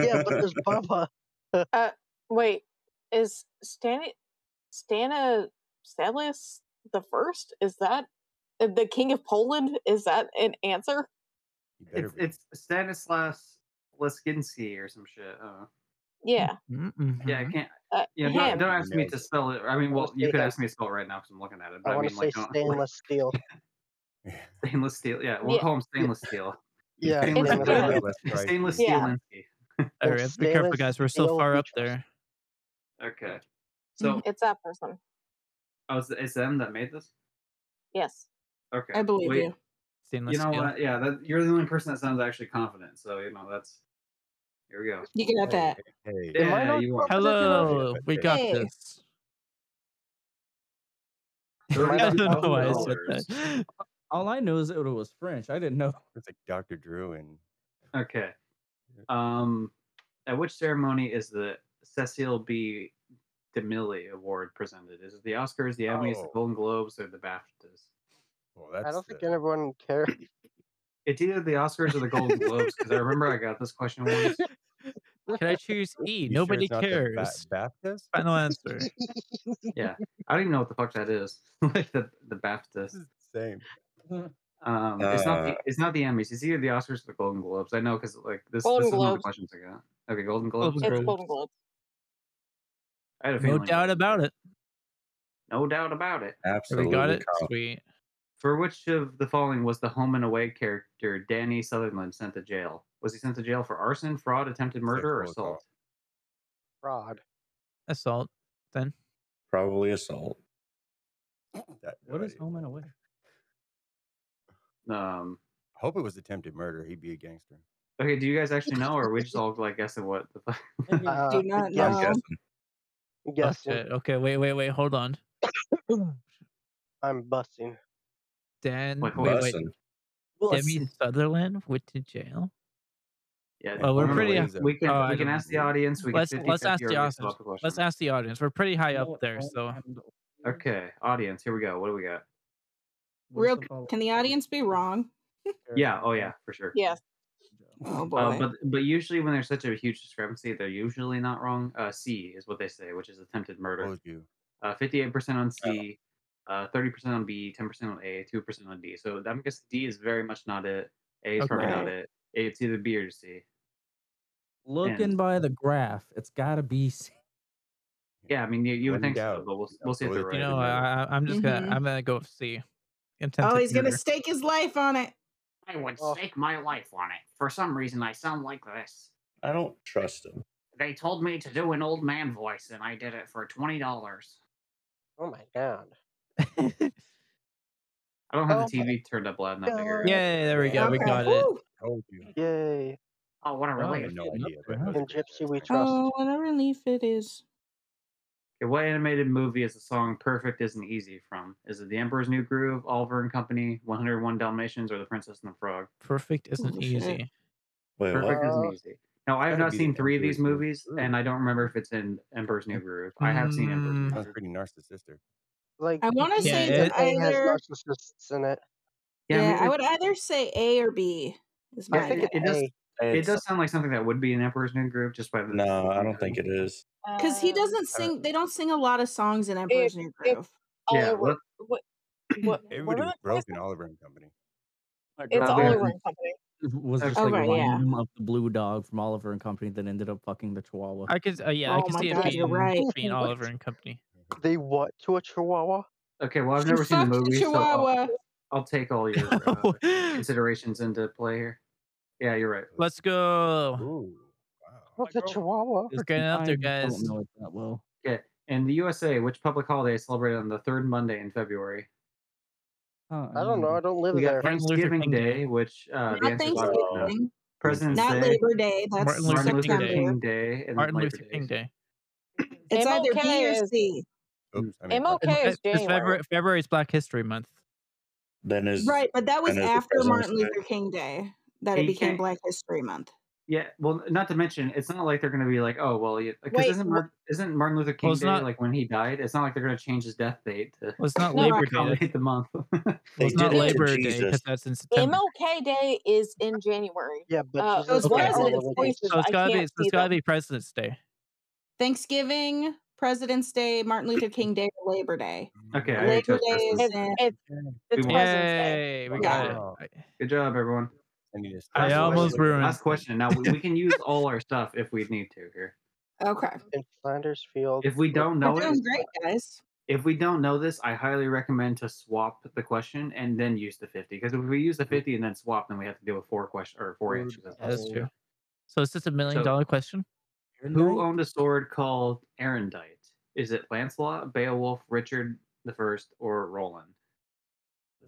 A: yeah, but there's Baba.
G: Wait, is Stan Stana Stanislaus the first? Is that uh, the king of Poland? Is that an answer?
H: You better
E: It's,
H: be.
E: it's Stanislas Leskinski or some shit. I don't know.
C: Mm.
G: Yeah,
B: Mm-mm.
E: Yeah,
H: Mm-hmm.
E: I can't.
G: uh,
E: Yeah,
G: him.
E: don't, don't ask me
H: Nailed
E: to
H: it.
E: spell it. I mean,
A: I
E: well,
A: wanna
E: you
A: say
E: could
A: that-
E: ask me to spell it right now because I'm looking at it. But
A: I
E: I,
A: want
E: mean,
A: to
E: like,
A: say
E: don't-
A: stainless steel.
E: stainless steel. Yeah, we'll
G: Yeah.
E: call him stainless steel.
A: Yeah,
G: It's
E: stainless
A: stainless
E: steel.
G: good.
A: steel.
H: That's right.
E: Stainless
G: Yeah.
E: steel. Linsky.
B: All
A: and
B: right, be careful,
A: stainless
B: guys. We're so
A: steel
B: far up
A: features.
B: there.
E: Okay. So,
G: It's that person.
E: oh, it's, it's them that made this.
G: Yes.
E: Okay.
C: I believe
E: Wait,
C: you.
B: Stainless
E: you know
B: steel.
E: what? Yeah, that, you're the only person that sounds actually confident. So you know that's. Here we go.
C: You got that.
H: Hey,
E: Yeah,
A: Am I not
E: you are.
A: confident enough?
B: Hello, we got
C: Hey.
B: this.
A: Am I
B: I
A: not
B: don't know why I
A: confident
B: said
A: enough?
B: that.
D: All I know is that it was French. I didn't know.
H: it's like Dr. Drew and
E: Okay. Um, at which ceremony is the Cecil B. DeMille Award presented? Is it the Oscars, the Emmys, the
H: Oh.
E: Golden Globes, or the BAFTAs?
H: well, that's
A: I don't think
H: the-
A: anyone cares.
E: It's either the Oscars or the Golden Globes because I remember I got this question once.
B: Can I choose E?
H: you sure
B: Nobody
H: it's not the Ba-
B: cares.
H: Baptist?
B: Final answer.
E: I don't even know what the fuck that is. like the the
H: This
E: BAFTAs.
H: is the same.
E: Um, it's not the
F: Uh.
E: it's not the Emmys. It's either the Oscars or the Golden Globes. I know because like this,
G: Golden
E: this is one of the
G: Globes.
E: questions I got. Okay, Golden
B: Golden
E: Globes.
G: It's
B: Globes.
G: Golden Globe.
E: I had a
B: No
E: feeling.
B: doubt about it.
E: No doubt about it.
B: We
F: Absolutely.
B: got it.
F: confident.
B: Sweet.
E: For which of the following was the home and away character Danny Sutherland sent to jail? Was he sent to jail for arson, fraud, attempted murder, or
H: Sexual
E: assault?
H: assault.
A: Rod.
B: Assault. Then
F: Probably assault.
H: That-
D: What
H: that
D: is home and away?
E: Um,
H: Hope it was attempted murder. He'd be a gangster.
E: okay, do you guys actually know, or are we just all like guessing what the fuck?
B: Mm-hmm.
A: Uh,
C: Do not
A: guess-
F: I'm
C: know.
F: guessing.
B: oh,
A: Guessing.
B: shit. Okay, wait, wait, wait. Hold on.
A: I'm busting.
B: Dan.
E: Like
B: wait, wait.
F: Bussin'.
B: Demi Sutherland went to jail.
E: Yeah.
B: Well, we're
E: we-
B: pretty-
E: We can,
B: Oh, I
E: we can
B: don't
E: ask the
B: know.
E: audience. We
B: Let's-
E: can 50,
B: let's ask the
E: 50, or we can
B: audience.
E: swap a
B: Let's
E: question.
B: ask the audience. We're pretty high
D: No,
B: up there,
D: I
B: so
D: haven't-
E: Okay, audience. Here we go. What do we got?
D: What is
C: Real,
D: the follow-
C: can the audience be wrong?
E: Yeah. Oh yeah, for sure.
G: Yes.
C: Oh boy.
E: Uh, but but usually when there's such a huge discrepancy, they're usually not wrong. Uh, C is what they say, which is attempted murder.
H: Told you.
E: Uh, 58% on C, uh, 30% on B, 10% on A, 2% on D. So I'm guessing D is very much not it. A is probably not
G: Okay.
E: it. A, it's either B or C.
D: Looking
E: And-
D: by the graph, it's gotta be. C.
E: Yeah, I mean you, you would
H: When
E: think so,
H: doubt,
E: but we'll
H: doubt
E: we'll see if
H: goeth
E: they're
H: the
E: right.
B: you
E: or
B: know,
E: not.
B: I, I- I'm just
C: Mhm.
B: gonna I'm gonna go with C.
C: oh,
B: Attempted
C: he's gonna
B: murder.
C: stake his life on it.
E: I would
A: Oh.
E: stake my life on it. For some reason, I sound like this.
F: I don't trust him.
E: They told me to do an old man voice, and I did it for twenty dollars.
A: Oh my god.
E: I don't have
A: Oh
E: the
A: my
E: TV turned up loud enough to hear.
A: God.
E: it.
B: yeah, there we go. We
C: Okay.
B: got it.
C: Woo!
H: Told you.
A: Yay.
E: Oh, what a
D: Oh,
E: relief!
H: I have no
D: shit,
H: idea.
D: nothing
H: but that was
D: happened.
H: a great
A: Gypsy we
H: answer.
A: trust.
C: Oh, what a relief it is.
E: Okay, what animated movie is the song "Perfect Isn't Easy" from? Is it The Emperor's New Groove, Oliver and Company, 101 Dalmatians, or The Princess and the Frog?
B: Perfect isn't
C: shit.
B: easy.
F: Wait, what?
E: Perfect
A: Uh,
E: Isn't Easy. Now, I have
H: gotta
E: not
H: be The
E: seen three of
H: Emperor's
E: these
H: New
E: movies,
H: Groove.
E: and I don't remember if it's in Emperor's New Groove. I have seen Emperor's New
B: Mm.
E: Groove.
H: Sounds pretty narcissistic.
A: Like
C: I want to
B: Yeah,
C: say
B: it-
C: it's
A: everything has
C: either.
A: narcissists in it.
C: Yeah,
E: mean,
C: I
E: it-
C: would either say A or B. Is
E: Yeah,
C: my
A: I think
E: it-
A: it's
E: it does-
A: A.
E: It does sound like something that would be an Emperor's New Groove, just by the.
F: No, I don't think it is.
C: because he
G: Um,
C: doesn't sing. They don't sing a lot of songs in Emperor's New
G: it-
C: Groove.
E: Yeah,
G: Oliver.
E: let-
G: What? What? what
H: Everybody
G: are
H: was
G: the
H: broke
G: choices?
H: in Oliver and Company.
G: It's
E: Uh,
G: Oliver and Company.
D: was just
E: Oh,
D: like
C: right,
D: one
C: yeah.
D: item of the blue dog from Oliver and Company that ended up fucking the Chihuahua.
B: I could, uh, yeah, I
C: Oh
B: could
C: my
B: see it
C: God,
B: being,
C: you're right.
B: being Oliver and Company.
A: They what to a
E: Oh,
A: chihuahua?
E: Okay, well, I've
C: She
E: never seen the
C: fucked a
E: movie, so
C: chihuahua.
E: I'll, I'll take all your uh, considerations into play here. Yeah, you're right.
B: Let's go.
H: Ooh, wow.
A: What's a chihuahua?
D: It's
B: getting out there,
D: defined, I
B: guys.
D: don't know it that well.
E: In the USA, which public holiday is celebrated on the third Monday in February?
D: Huh,
A: I don't know. I don't live
E: We got
A: there.
B: Martin Luther
E: Thanksgiving
B: King Day.
E: Day, which uh, the
C: Not
E: answer is obviously no.
C: Thanksgiving,
E: President's
C: not
E: Day,
C: Labor Day. That's
B: Martin Luther
E: Martin Luther
C: September.
E: King Day, and
B: Martin
E: Labor
B: Luther King
E: Day.
B: Day.
C: It's either B
G: MLK
C: or
G: is-
C: C.
H: Oops, I mean,
G: MLK
B: Fe-
G: is
B: 'cause February,
G: January.
B: February's Black History Month.
F: Then is
C: Right, but that was
F: And it's the
C: after
F: President's
C: Martin
F: Day.
C: Luther King Day that it
E: You
C: became
E: can't-
C: Black History Month.
E: Yeah, well, not to mention, it's not like they're going to be like, oh, well, because
G: Wait,
E: isn't, Mar- isn't Martin Luther King
B: Well, it's
E: Day
B: not-
E: like when he died? It's not like they're going to change his death date to
B: Well, it's not
G: No,
B: Labor Day.
E: accommodate
B: that's-
E: the month.
F: they
B: Well, it's not
F: did it to
B: Labor Day
F: Jesus.
B: because that's in September.
G: MLK Day is in January.
A: Yeah, but
G: Uh,
A: Jesus
C: those
A: died
B: presidents'
A: on another day.
G: voices-
B: So it's
G: I
B: gotta be,
G: can't
B: so it's
G: see
B: gotta
G: them.
B: be President's Day.
C: Thanksgiving, President's Day, Martin Luther King Day, or Labor Day.
E: okay, I already
C: Labor
E: chose
C: Day
E: President's
C: is
E: Day.
G: It's,
C: in.
G: it's the
E: We won.
G: President's Day.
B: Yay, we
H: Wow.
B: got it. I-
E: Good job, everyone.
H: I need to
B: I
H: start
B: almost
H: writing.
B: ruined.
E: Last question. Now we, we can use all our stuff if we need to here.
C: Okay,
A: in Flanders Field.
E: If we don't know
C: we're
E: it,
C: doing great, guys.
E: if we don't know this, I highly recommend to swap the question and then use the fifty. Because if we use the fifty and then swap, then we have to deal with four questions or four
A: Dude,
E: answers.
B: Mm. Yeah, that's
A: Oh.
B: true. So it's just a million
E: So-
B: dollar question.
E: Who owned a sword called Arendite? Is it Lancelot, Beowulf, Richard the First, or Roland?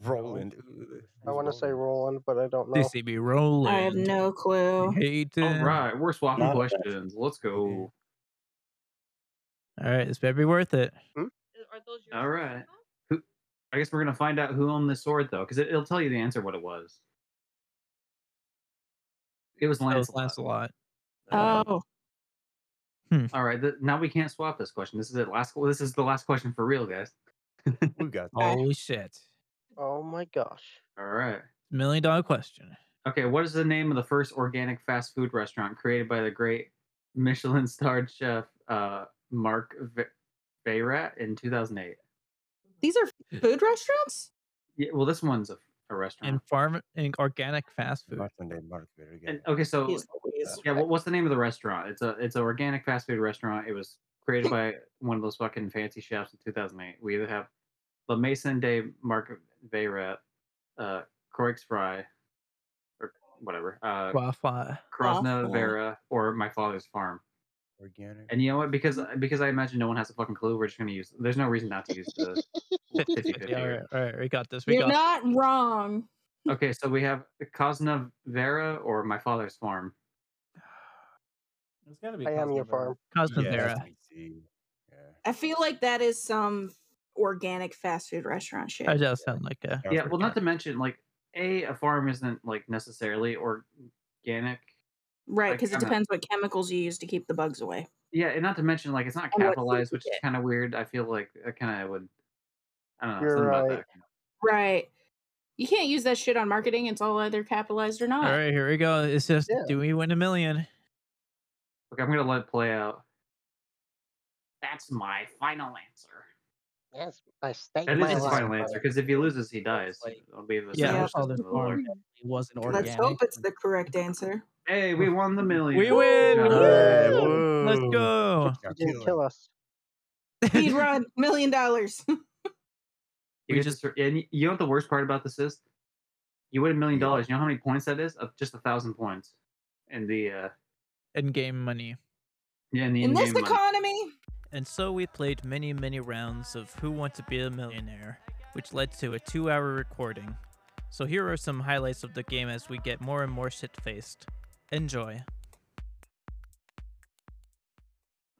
H: Roland. Ooh,
A: I want to say
H: Roland.
A: Roland, but I don't know.
B: DCB rolling.
C: I have no clue.
B: Hayden.
E: All right, we're swapping
F: Not bad.
E: questions. Let's go.
B: All right, this better be worth it.
G: Are those
E: yours? All right. I guess we're gonna find out who owned the sword though, because it, it'll tell you the answer what it was. It was
B: That was
E: Lancelot.
B: Lancelot.
C: Oh,
E: All right, th- now we can't swap this question. This is it. Last. This is the last question for real, guys.
H: We got
C: Okay.
B: Holy shit.
A: Oh my gosh.
E: All right.
B: Million dollar question.
E: Okay, what is the name of the first organic fast food restaurant created by the great Michelin starred chef uh, Mark v- Bayrat in 2008?
C: these are food restaurants.
E: Yeah, well, this one's a, a
B: And
E: restaurant.
B: farm and organic fast food.
H: Not Sunday Mark. Better get
E: And,
H: it.
E: okay, so
C: Jeez Louise.
E: yeah, what, what's the name of the restaurant? It's a it's an organic fast food restaurant. It was created by one of those fucking fancy chefs in 2008. We either have La Maison de Mark Bayrat, uh, Croix Fry, or whatever, uh,
B: Waffle.
E: Krasna
C: Waffle.
E: Vera, or My Father's Farm.
H: Organic.
E: And you know what? Because uh, because I imagine no one has a fucking clue, we're just gonna use. There's no reason not to use the 50-50
B: all right,
E: here.
B: all right, we got this. We
C: You're
B: got
C: not wrong.
E: Okay, so we have Cosna Vera or My Father's Farm.
D: It's gotta be
A: I am your
D: Cosmo
A: farm.
B: Cosmo
H: Yeah,
B: Vera.
H: that's easy. Yeah.
C: I feel like that is some organic fast food restaurant shit.
B: That does sound like a.
E: Yeah, well, not to mention like a a farm isn't like necessarily organic.
C: Right,
E: Like,
C: because it
E: kinda-
C: depends what chemicals you use to keep the bugs away.
E: Yeah, and not to mention like it's not
C: And what food
E: capitalized,
C: you
E: which is
C: get.
E: kind of weird. I feel like I kind of would. I don't know
A: You're
E: something about
A: right.
E: that.
C: Right. You can't use that shit on marketing. It's all either capitalized or not.
B: All right, here we go. It's just
A: Yeah.
B: do we win a million?
E: Look, I'm gonna let it play out. That's my final answer.
A: Yes, I stake
E: That
A: my
E: is his
A: life
E: final
A: on
E: answer
A: it.
E: because if he loses, he dies.
D: like-
E: It'll be the
B: Yeah,
E: same
C: Yeah.
E: as
D: all the
E: the Lord.
D: farm definitely wasn't organic.
C: Let's hope it's the correct answer.
E: Hey, we won the million.
B: We win!
E: Yeah.
H: Woo!
B: Let's go.
H: You're
A: You didn't
H: killing
A: kill
H: it.
A: us.
C: Speed run, million dollars.
E: You
B: We
E: get to
B: just-
E: sur- and y- you know what the worst part about this is? You win a million
H: Yeah.
E: dollars. You know how many points that is? Uh, just a thousand points. And the uh,
B: and game money.
E: yeah, in the
C: In this
E: in-game money.
C: economy,
B: And so we played many, many rounds of Who Wants to Be a Millionaire, which led to a two hour recording. So here are some highlights of the game as we get more and more shit faced. Enjoy.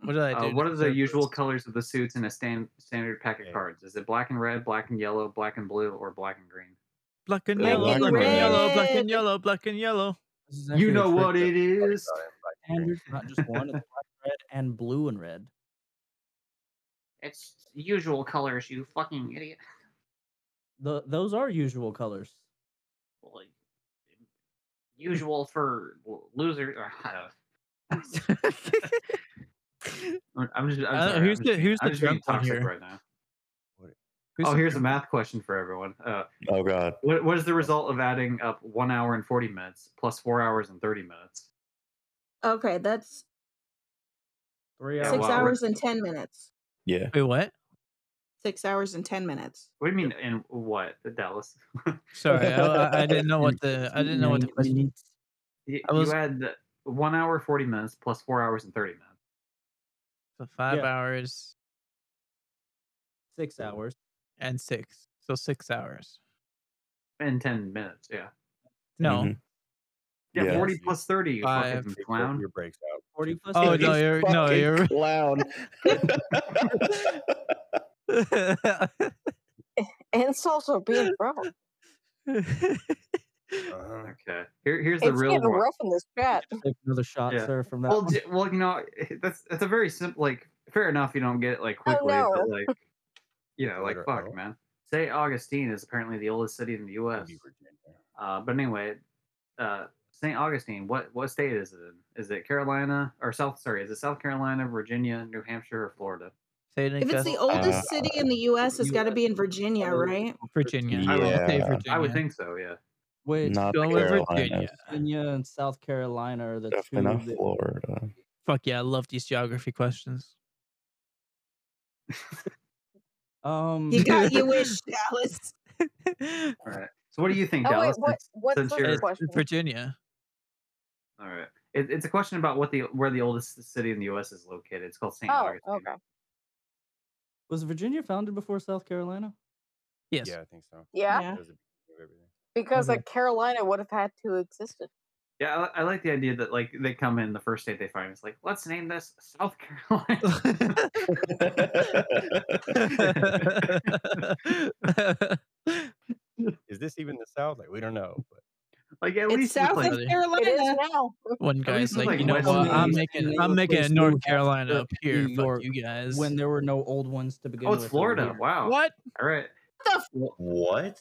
B: What did I do?
E: Uh, what
B: to
E: are the
B: deserve
E: usual
B: this?
E: colors of the suits in a stand, standard pack of
H: Okay.
E: cards? Is it black and red, black and yellow, black and blue, or black and green?
B: Black and
H: Black
B: yellow,
H: and
B: black and
H: red.
B: yellow, black and yellow, black and yellow.
D: This is
E: You
D: actually a
E: know
D: trick
E: what
D: that
E: it is.
D: standard, not just one. It's black, red, and blue and red.
E: It's usual colors, you fucking idiot.
D: The, those are usual colors.
E: Like, um, usual for losers. I'm just. I'm
B: Uh, who's
E: sorry, I'm just
B: the-
E: being-
B: who's the
E: I'm just being
B: drunk one
E: toxic
B: here?
E: right now?
B: Who's
E: Oh,
B: the
E: here's a
B: drunk-
E: math question for everyone. Uh,
F: Oh god.
E: what, what is the result of adding up one hour and 40 minutes plus four hours and 30 minutes?
C: okay, that's
D: Three
E: Yeah,
D: hours.
C: six
E: well, we're-
C: hours and ten minutes.
F: Yeah.
B: Wait, what?
C: Six hours and ten minutes.
E: What do you mean in what? Dallas?
B: Sorry, I, I- I didn't know what
D: And
B: the I didn't know what the
D: 59
B: question.
D: minutes.
E: You,
B: I was-
E: you add one hour, 40 minutes plus four hours and 30 minutes.
B: So five
D: Yeah.
B: hours
D: Six hours.
B: and six, so six hours.
E: In 10 minutes, yeah.
B: No,
F: Mhm.
E: Yeah,
F: Yeah.
E: 40 plus 30, you
B: Five.
E: fucking
H: Take your-
E: clown.
H: Your breaks out.
D: 40 plus
B: Oh,
D: thirty.
B: no, you're- no,
F: fucking
B: you're-
F: clown.
G: Insults are being rough.
H: Uh-huh.
E: Okay. Here, here's the
G: It's
E: real
G: getting
E: one.
G: rough in this chat.
D: Take another shot,
E: Yeah.
D: sir, from that.
E: Well,
D: one.
E: j- well, you know, eh, that's that's a very simple. Like, fair enough, you don't get it like quickly,
G: Oh, no.
E: but like, you know, like
H: Letter
E: fuck,
H: O.
E: man. Say Augustine is apparently the oldest city in the U.S.
H: Maybe Virginia.
E: Uh, but anyway, uh, St. Augustine. What what state is it in? Is it Carolina or South? Sorry, is it South Carolina, Virginia, New Hampshire, or Florida?
B: Saint
C: If it's the
B: August-
C: oldest
F: Uh,
C: city in the U.S., it's got to
D: US.
C: be in Virginia, right?
B: Virginia,
F: Yeah.
B: I would say
F: Yeah. I
B: Virginia.
E: I would think so. Yeah.
D: Which
F: Not
B: Go with
F: Carolina.
B: Virginia.
D: Virginia and South Carolina are the two.
F: Definitely not
D: that-
F: Florida.
B: Fuck yeah, I love these geography questions.
D: Um,
C: You got your wish, Dallas.
E: All right. So what do you think,
G: Oh wait,
E: Dallas?
G: what?
E: Since-
G: What's
E: since
G: the
E: you're-
B: It's
G: question?
B: Virginia.
E: All right. It, it's a question about what the where the oldest city in the U.S. is located. It's called St.
G: Oh,
E: Augustine.
G: okay.
D: was Virginia founded before South Carolina?
B: Yes.
H: Yeah, I think so.
G: Yeah,
C: Yeah.
H: That was the beginning of everything.
G: because
E: Mm-hmm.
D: Okay.
G: like Carolina would have had to exist.
E: Yeah, I, li- I like the idea that like they come in the first state they find. It's like let's name this South Carolina.
H: Is this even the South? Like, we don't know. But
E: like at
C: It's
E: least
C: South
E: like,
C: of
G: It is
C: Carolina.
G: now.
B: One guy's
E: least it's
B: like,
E: like
B: you know
E: West
B: what? I'm
E: Coast
B: making,
D: and
B: I'm
D: they
B: making
D: replaced
B: a North
D: New Hampshire
B: Carolina up
D: with
B: here.
D: New
B: Fuck
D: York
B: you guys.
D: When there were no old ones to begin
E: oh,
D: with.
E: it's
D: over
E: Florida.
D: here.
E: Wow.
B: what?
E: All right.
C: The
E: Wh-
F: What?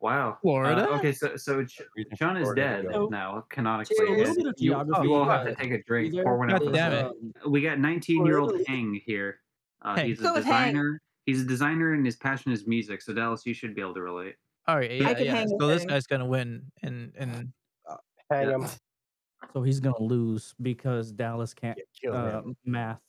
E: Wow. Uh,
B: Florida?
E: okay, so so Ch-
H: Reason for
E: John is
H: Florida to
E: dead
H: go.
E: now canonically.
C: Dude, a little
E: and
D: bit of
E: you,
D: geography,
E: you all have
D: uh,
E: to take a
D: Be
E: drink.
D: there
E: Pour one out
D: for
E: for
B: God damn it. uh,
E: this.
D: um,
E: We got 19 year old Hang here. Uh,
B: Hang.
E: He's a
C: Go with Hang.
E: designer. He's a designer, and his passion is music. So Dallas, you should be able to relate.
B: All right, yeah,
C: could
B: yeah.
C: hang with
B: So this
C: him.
B: guy's gonna win, and and
A: Hang
E: Yeah.
A: 'em.
D: So he's gonna lose because Dallas can't
E: Oh,
H: Yeah, kill
D: uh,
H: him.
D: math.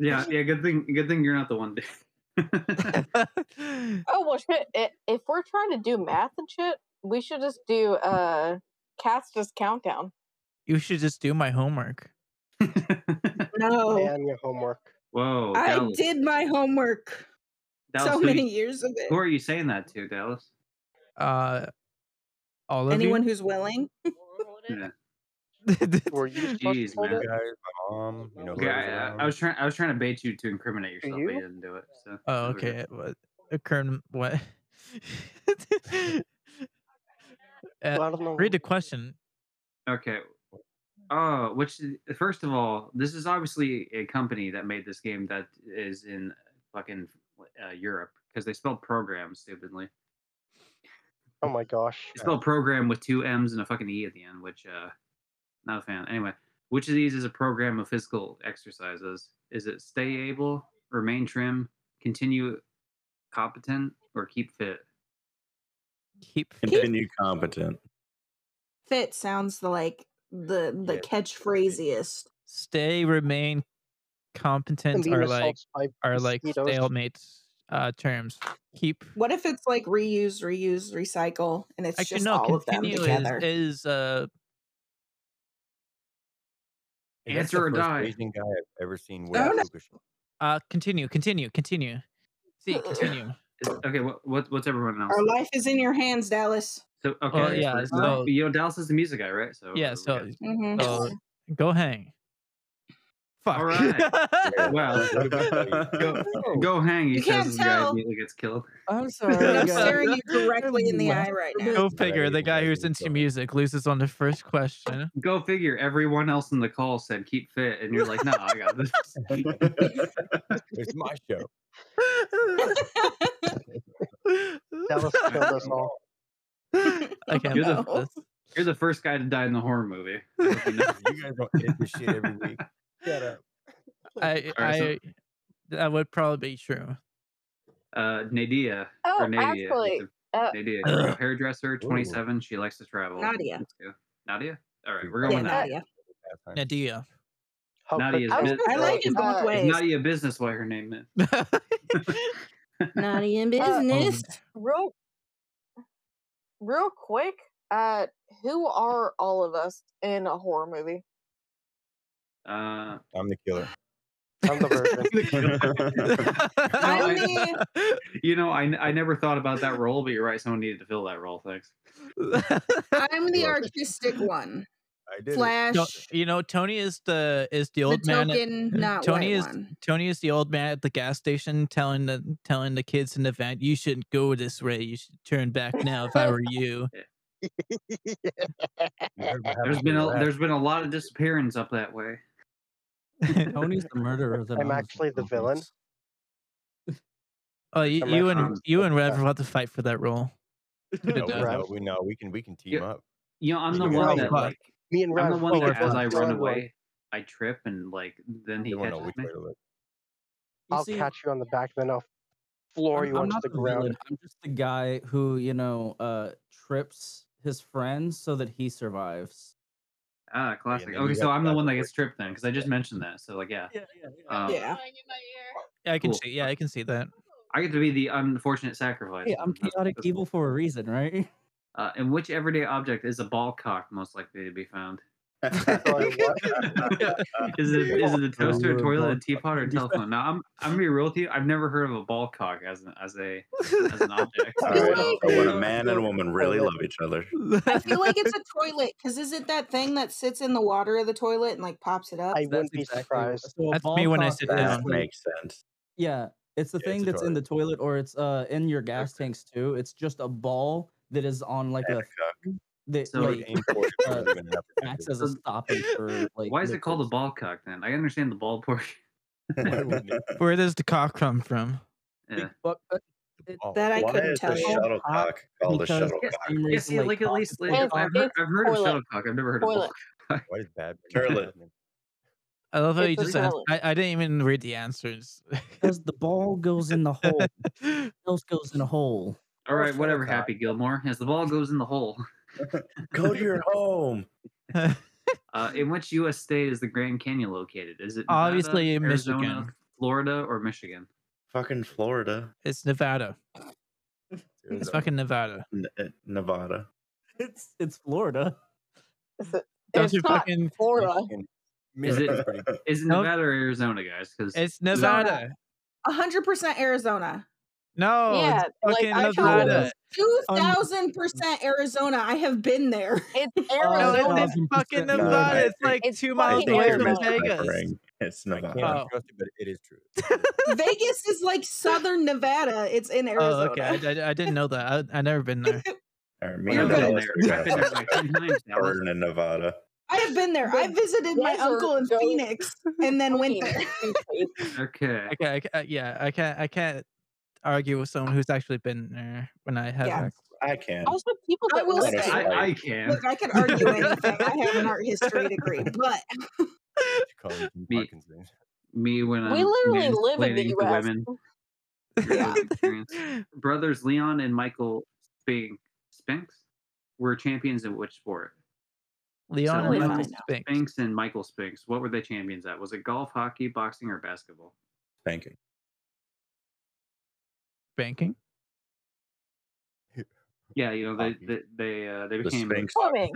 E: Yeah, yeah. Good thing, good thing you're not the one. dude.
G: Oh well, shit. i if we're trying to do math and shit, we should just do uh, Castus countdown.
B: you should just do my homework.
C: No,
A: And your homework.
E: Whoa,
C: I
E: Dallas.
C: did my homework.
E: Dallas,
C: so
E: who you-
C: many years of
E: Who
C: it.
E: are you saying that to, Dallas?
B: Uh, all of
C: Anyone who's willing.
E: Yeah.
B: you.
A: Were you supposed
E: Jeez,
A: to hold
E: man.
H: You
A: it?
H: guys, my mom, you know,
E: Okay,
H: whoever's
E: I, I- I
H: around.
E: was trying. I was trying to bait you to incriminate
A: To
E: yourself, but you
A: you?
E: didn't do it. So.
B: Oh,
E: that was good.
B: okay. What? A current what? Uh,
A: Well, I don't know.
B: Read the question.
E: Okay. Uh, which first of all, this is obviously a company that made this game that is in fucking uh, Europe because they spelled program stupidly.
A: Oh my gosh.
E: They spelled program with two M's and a fucking E at the end, which uh, not a fan. Anyway, which of these is a program of physical exercises? Is it stay able, remain trim, continue competent, or keep fit?
B: Keep
F: Continue competent.
C: Fit sounds the, like the the
H: Yeah.
C: catchphrasiest.
B: stay, remain, competent
A: Being
B: are like
A: assaulted by
B: are like
A: mosquitoes.
B: stalemate uh, terms. Keep
C: What if it's like reuse, reuse, recycle, and it's
B: actually
C: just
B: no.
C: all of them
B: Continue
C: together?
B: is, is uh
H: Hey, that's
E: Answer
H: the
E: or
H: first
E: die.
H: Asian guy I've ever seen wear
C: Oh, no.
H: Fukushima.
B: uh continue, continue, continue. See, continue.
E: Is- okay, what, what what's everyone else?
C: Our life is in your hands, Dallas.
E: So okay,
B: Well,
E: it's
B: Oh, yeah,
E: like-
B: so-
E: you know Dallas is the music guy, right? So
B: Yeah,
E: uh,
B: so
C: Mhm.
B: so go hang. Fuck.
E: All yeah.
B: Alright.
E: wow, go, go hang. He
C: Oh. You
E: says
C: can't
E: this guy
C: tell.
E: immediately gets killed.
D: I'm
C: But
D: sorry.
C: I'm
B: Yeah.
C: staring you directly in the eye right now.
B: Go figure. The guy who's into music loses on the first question.
E: Go figure. Everyone else in the call said keep fit, and you're like, no, I got this.
H: it's my show.
A: Dallas killed us all.
B: I can't
E: You're the-
B: laugh at this.
E: You're the first guy to die in the horror movie.
H: You guys don't hit this shit every week. Shut up.
B: I,
E: All right,
B: I, that would probably be true.
E: Uh, Nadia.
G: Oh,
E: or Nadia.
G: actually,
E: it's
G: uh,
E: a- Nadia, you're a hairdresser, 27. She likes to travel.
C: Nadia.
E: Let's go. Nadia? All right, we're
H: Yeah,
E: going
C: Yeah,
E: with Nadia.
C: Nadia.
B: Nadia.
A: How
E: Nadia's
A: could-
E: been-
C: I like it both
G: Uh,
E: Is
C: ways.
E: Nadia business what her name is?
C: Naughty in
G: Uh,
C: business.
G: real real quick uh who are all of us in a horror movie
E: Uh,
H: I'm the killer.
A: I'm the virgin.
C: I
E: you know, I, I never thought about that role, but you're right. Someone needed to fill that role. Thanks.
C: I'm the
H: Well,
C: artistic one.
H: I did. it.
C: Flash,
B: No, you know, Tony is the is the
C: the
B: old man. at-
C: token, not
B: Tony
C: white
B: is-
C: one.
B: Tony is the old man at the gas station telling the telling the kids in the van, "You shouldn't go this way. You should turn back now. If I were you,
H: You heard what
E: There's
H: happened
E: been
H: to
E: a
H: the
E: there's been a lot of disappearance up that way.
D: Tony's the murderer. That
A: I'm
D: owns
A: actually the villain.
D: house.
B: oh, you,
A: I'm actually
B: you and
E: just
B: you
A: like
B: and Rev
A: that.
B: will have to fight for that role."
H: last-
B: Good
H: No,
B: enough.
H: we know- we know we can we can team
E: Yeah.
H: up.
E: You know, I'm the
H: Yeah,
E: one
A: right.
E: that
B: Fuck.
E: like
A: Me and Rev.
E: I'm the one
A: both
E: that
A: of us
E: as I
A: kill
E: run
A: everyone.
E: away, I trip and like then he
H: You don't know
E: catches
H: which
E: me.
H: way to look.
D: You
A: I'll
D: see,
A: catch you on the back, then I'll floor
D: I'm-
A: you
D: I'm
A: onto
D: not
A: the
D: villain,
A: ground.
D: I'm just the guy who, you know, uh, trips his friends so that he survives.
E: Ah, classic.
H: then
E: okay,
H: you
E: so
H: have
E: I'm the
H: that
E: one that
H: role.
E: gets tripped then, because I just mentioned that. So like, yeah, Um,
C: Yeah.
B: Yeah, I can
E: Cool.
B: see. Yeah, I can see that.
E: I get to be the unfortunate sacrifice.
D: Hey, I'm
E: then. That's-
D: chaotic
E: that's
D: evil
E: cool.
D: for a reason, right?
E: Uh, and which everyday object is a ball cock most likely to be found?
A: Sorry, what?
E: Is it is it a toaster, a
D: Ooh, a
E: toilet,
D: ball
E: a teapot, or a
D: cock.
E: telephone? Now I'm I'm gonna be real with you. I've never heard of a ball cock as an as a as an object.
F: All
C: feel
F: right.
C: like-
F: So when a man and a woman really love each other,
C: I feel like it's a toilet because is it that thing that sits in the water of the toilet and like pops it up?
A: I
D: That's
A: wouldn't be
D: exactly-
A: surprised.
D: so a
B: That's
D: ball
B: me when I
D: cock
B: sit
F: that
D: is
B: down.
D: the-
F: makes sense.
D: Yeah, it's the
H: Yeah,
D: thing
H: it's a
D: that's in the
H: toilet.
D: toilet or it's uh in your gas tanks too. It's just a ball that is on like
F: And
D: a
F: a cock.
D: that
E: So-
H: You would
D: like
H: aim for it if you
D: uh,
H: were gonna have
D: acts
H: to
D: as a
E: So-
D: stopping for like.
E: Why is it called a
D: liquids.
E: ball cock then? I understand the ball portion.
H: do it. Why wouldn't it
B: Where does the cock come from?
E: Yeah.
D: But, but
H: be
D: It-
H: ball?
C: That I
F: Why
C: couldn't
F: is
C: tell
F: the
C: you.
F: shuttlecock called a
D: because
F: shuttlecock?
E: Yes,
D: same
E: Yeah, see,
D: reason,
E: like at
D: cock
E: least
D: is
E: like,
D: called
E: I've,
G: It's-
D: cock.
E: heard, I've heard of
G: toilet.
E: shuttlecock. I've never heard of ball.
G: Toilet.
E: cock.
H: Why does bad?
F: Toilet.
B: I love how
G: It's
B: you
G: a
B: just asked.
G: relic.
B: I, I didn't even read the answers.
D: because the ball goes in the hole. Else goes in a hole.
E: All
H: Oh,
E: right, whatever,
H: shuttlecock.
E: Happy Gilmore. As the ball goes in the hole,
F: Go to your home.
E: uh, in which U.S. state is the Grand Canyon located? Is it Nevada,
B: Obviously in
E: Arizona,
B: Michigan.
E: Florida, or Michigan?
F: Fucking Florida.
B: it's Nevada. It's fucking Nevada.
F: N- uh, Nevada.
D: It's it's Florida.
B: Don't
G: it's
B: you
G: not
B: fucking?
G: flora
E: Is it- Is it
B: Nope.
E: Nevada or Arizona, guys? Because
B: It's Nevada.
C: hundred percent Arizona.
B: No,
G: yeah
B: it's
G: like
B: fucking
G: i told
B: Nevada.
G: him
C: Two thousand percent Arizona. I have been there.
G: it's
B: No,
G: arizona
B: it's, it's
D: 1000%
B: fucking
D: Nevada.
B: Nevada. It's like
G: It's
B: two
F: I
B: miles
G: fucking
B: away
F: think you're
B: from
G: Arizona.
B: Vegas.
F: misremembering. It's
H: I can't
F: Nevada.
B: Oh.
H: trust it, but it is true.
C: Vegas is like southern Nevada. It's in
B: Oh,
C: Arizona.
B: okay. I, I- I didn't know that. I, I never been there.
F: Or me
E: I've
F: and
E: been
F: Dallas
E: there.
F: are
E: I've
F: gonna
E: been
F: fucking
E: there like two times. Dallas.
F: burn in Nevada.
C: I have been there.
G: The
C: I visited my
G: desert
C: uncle in
G: goes
C: Phoenix and then went
G: Fucking
C: there.
G: insane.
E: Okay.
B: I can't, I ca- yeah, I can't. I can't argue with someone who's actually been there when I have.
C: Yeah.
B: ac-
F: I can.
G: Also, people
C: I
G: that
C: will
G: live
C: say-
G: there-
E: I, I can.
C: Look, I could argue anything. I have an art history degree, but
H: You call him Jim
E: Me-
H: Parkinson.
E: Me when I'm
G: we literally live in the
E: mansplaining to
G: U.S.
E: women.
C: Yeah.
E: Experience. Brothers Leon and Michael Spink, Spinks were champions in which sport?
B: Leon
E: Totally
B: and Michael
C: fine.
B: Spinks.
E: Spinks and Michael Spinks. What were they champions at? Was it golf, hockey, boxing, or basketball?
F: Spanking.
B: Banking.
E: Yeah, you know they
H: Hockey.
E: they they, uh, they
F: The
E: became
F: Sphinx.
G: Swimming.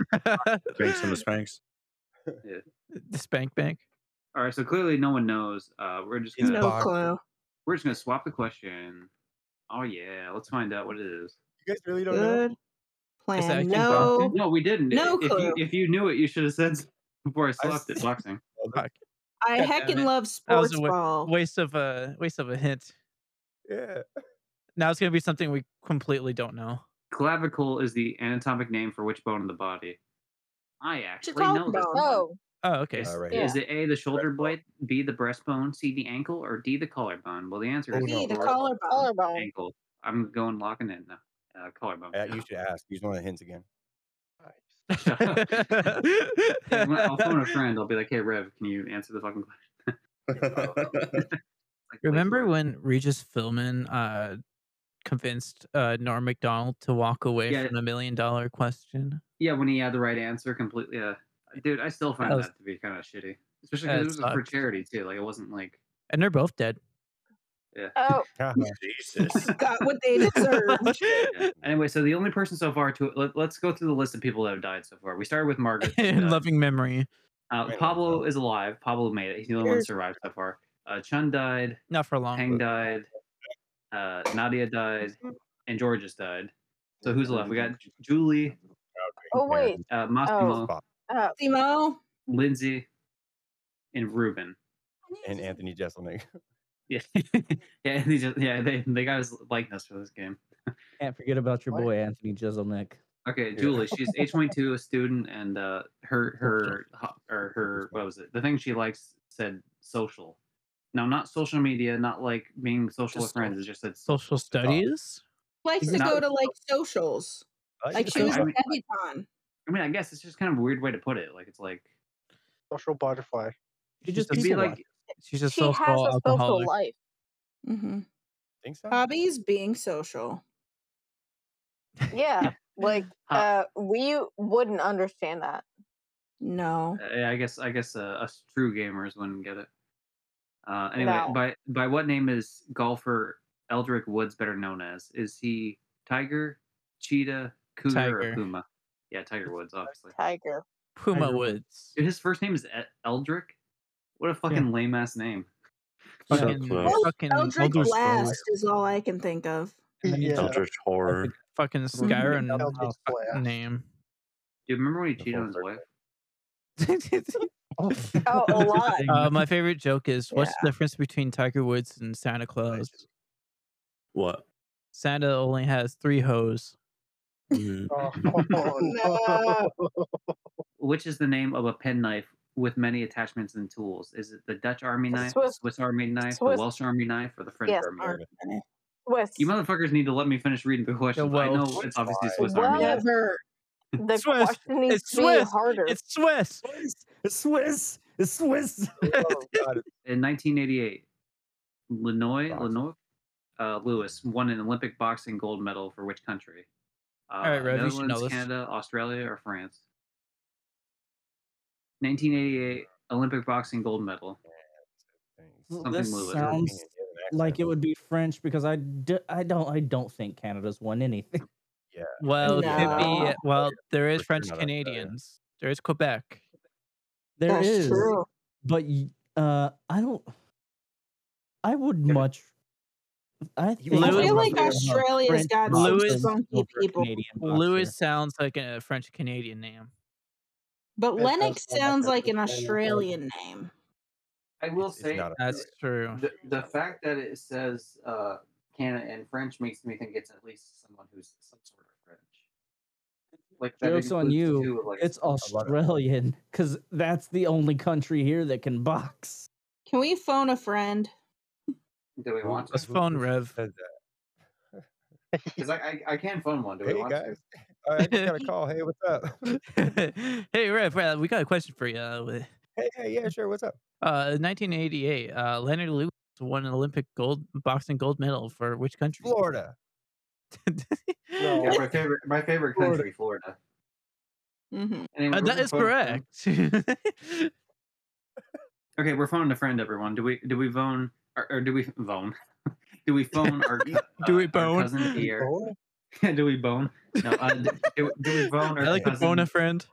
F: Sphinx and the Sphinx.
B: The Spank Bank.
E: All right, so clearly no one knows. Uh, we're just
H: It's
E: gonna
C: no
H: Fuck.
C: clue.
E: we're just gonna swap the question. Oh yeah, let's find out what it is.
H: You guys really don't know?
C: Good
B: actually
C: plan. No.
E: No, we didn't.
C: No
E: if,
C: clue.
E: You, if you knew it, you should have said before I slapped it.
H: s-
E: Boxing.
H: Well, that's-
C: I
B: God
C: heckin'
B: damn it.
C: love
B: That was
C: sports
B: a wa-
C: ball.
B: Waste of a waste of a hint.
H: Yeah.
B: Now it's gonna be something we completely don't know.
E: Clavicle is the anatomic name for which bone in the body? I actually know this.
C: collarbone.
E: one.
G: Oh,
B: Oh, okay.
E: Is,
H: Uh, right
G: here.
E: is it A, the shoulder blade, B, the breastbone, C, the ankle, or D, the collarbone? Well, the answer is
H: Oh,
C: See, the
H: no.
E: lower
C: collarbone.
G: collarbone.
E: ankle. I'm going locking in now. Uh, collarbone.
H: Uh, you should ask. Use one of the hints again.
E: Shut up. I'm gonna- I'll phone a friend. I'll be like, hey, Rev, can you answer the fucking question? Like, wait,
B: Remember
E: what?
B: when Regis Philbin uh, convinced uh, Norm Macdonald to walk away
E: Yeah.
B: from the million dollar question?
E: Yeah, when he had the right answer completely. Uh, dude, I still find
B: That
E: that,
B: was-
E: to be kind of shitty. Especially
B: That
E: because it was for
B: sucked.
E: charity, too. Like, it wasn't like.
B: And they're both dead.
E: Yeah.
G: Oh,
F: Jesus.
C: Got what they deserved.
E: Yeah. Anyway, so the only person so far to let, let's go through the list of people that have died so far. We started with Margaret.
B: In
E: uh,
B: loving memory.
E: Uh,
H: Wait a
E: Pablo
H: minute.
E: is alive. Pablo made it. He's the only one who survived so far. Uh, Chun died.
B: Not for long.
E: Hang died. Uh, Nadia died,
B: Mm-hmm.
E: and George just died. So who's left? We got
H: Um,
E: Julie,
G: Oh, wait.
E: uh, Massimo,
H: Bob
G: oh,
C: Simo.
E: Lindsay, and Ruben.
H: and Anthony Jesselnick.
E: Yeah, yeah, and they just, yeah. They they got his likeness for this game.
D: Can't forget about your
H: What?
D: boy Anthony Jezelnik.
E: Okay,
H: Yeah.
E: Julie. She's eight twenty two, a student, and uh, her her ho- or her what was it? The thing she likes said social. Now, not social media, not like being social with
B: Just
E: friends. It just said social.
B: Social studies?
C: Likes to
E: Not-
C: go to like socials. Like she
E: so
C: was a
E: I mean-
C: debutante.
E: I mean, I guess it's just kind of a weird way to put it. Like it's like
A: Social butterfly.
D: You
B: She's
D: just
B: a
E: it'd be
B: people
E: like
B: watcher. She's a
G: she
B: social
G: has a social
B: alcoholic.
G: life.
C: Mhm.
H: Think so?
C: Hobbies being social.
G: Yeah, like uh, we wouldn't understand that.
C: No.
E: uh, I guess I guess uh, us true gamers wouldn't get it. Uh, anyway,
G: No.
E: by by what name is golfer Eldrick Woods better known as? Is he Tiger, Cheetah, Cougar,
B: Tiger.
E: or Puma? Yeah, Tiger Woods, obviously.
G: Tiger.
B: Puma
D: Tiger Woods.
B: Woods.
E: Dude, his first name is E- Eldrick. What a fucking lame ass name.
F: So
B: Fucking,
F: close.
B: fucking,
C: Eldrick
F: Elder Scrolls.
C: Blast is all I can think of.
A: Yeah.
F: Eldritch horror.
B: fucking Skyrim
A: Eldritch
B: fucking
A: Blast.
B: name.
E: Dude, remember when he
H: The
E: cheated
H: full
E: on his
H: circle.
E: wife?
G: Oh, a lot.
B: Uh, my favorite joke is what's the difference between Tiger Woods and Santa Claus?
F: What?
B: Santa only has three hoes.
F: Mm,
A: Oh,
C: No.
E: Which is the name of a penknife with many attachments and tools? Is it the Dutch Army
G: The
E: knife, the
G: Swiss-
E: Swiss Army knife,
G: Swiss-
E: the Welsh Army knife, or the French
G: Yes,
E: Army
C: Ar-
E: knife?
G: Swiss.
E: You motherfuckers need to let me finish reading the question. I know
B: Welsh.
E: it's obviously
H: Why?
E: Swiss Army.
G: Well-
E: knife.
C: Never.
G: the
B: Swiss.
G: question needs
B: It's
G: to be
B: Swiss.
G: harder.
B: It's Swiss.
H: It's Swiss. It's Swiss. oh, God.
E: In 1988, Lenoy,
H: Boxing.
E: Lenoy uh, Lewis won an Olympic boxing gold medal for which country? Uh,
B: right, Rev, you should know
E: Netherlands,
B: this.
E: Canada, Australia, or France? 1988 Olympic boxing gold medal.
H: Thanks.
E: Something
D: this
E: Lewis.
D: sounds like it would be French because I, d- I don't I don't think Canada's won anything.
B: Well, uh, it could be,
F: uh,
C: No.
B: well, there is
H: For sure
B: French
H: not Australia.
B: Canadians. There is Quebec.
D: There
C: That's
D: is,
C: true.
D: but y- uh, I don't. I would much. I, think
C: I
B: Lewis-
C: feel like
D: prefer a
C: Australia's
D: French
C: got
B: Lewis-
C: some
D: over
C: funky
D: a
C: people.
D: Canadian boxer.
B: Lewis sounds like a French Canadian name.
C: But
A: That does
C: Lennox
A: sound like
C: sounds
A: a
C: like an
A: Australian
C: Australian name.
E: I will
H: It's- it's
E: say
H: not a-
B: That's true.
E: the, the fact that it says uh, Canada and French makes me think it's at least someone who's some sort of French. like that
D: Joke's on
E: includes
D: you.
E: two, like,
D: It's
H: lot of-
D: Australian because that's the only country here that can box.
C: Can we phone a friend?
E: do we want to?
B: Let's phone Rev.
H: Said that.
E: 'Cause I, I I can phone one. Do we
H: Hey
E: want
H: guys,
E: to?
H: All right, I just got a call. Hey, what's up?
B: hey, Rev, Rev, we got a question for you. Uh,
H: hey, hey, yeah, sure. What's up?
B: Uh, 1988, uh, Leonard Lewis won an Olympic gold boxing gold medal for which country? Uh,
H: Florida.
E: Yeah,
H: No.
B: Oh.
E: my favorite my favorite country, Florida.
C: Mm-hmm.
E: Anyway,
B: Uh, that
E: we're gonna
B: is
E: phone a friend.
B: correct.
E: Okay, we're phoning a friend, everyone. Do we do we phone or, or do we phone? Do we phone our co-
B: Do we
E: uh, our
B: bone?
E: cousin here?
H: Florida?
E: do we bone? No, uh, d- do, do we phone our
B: I like to
E: cousin?
B: phone a friend.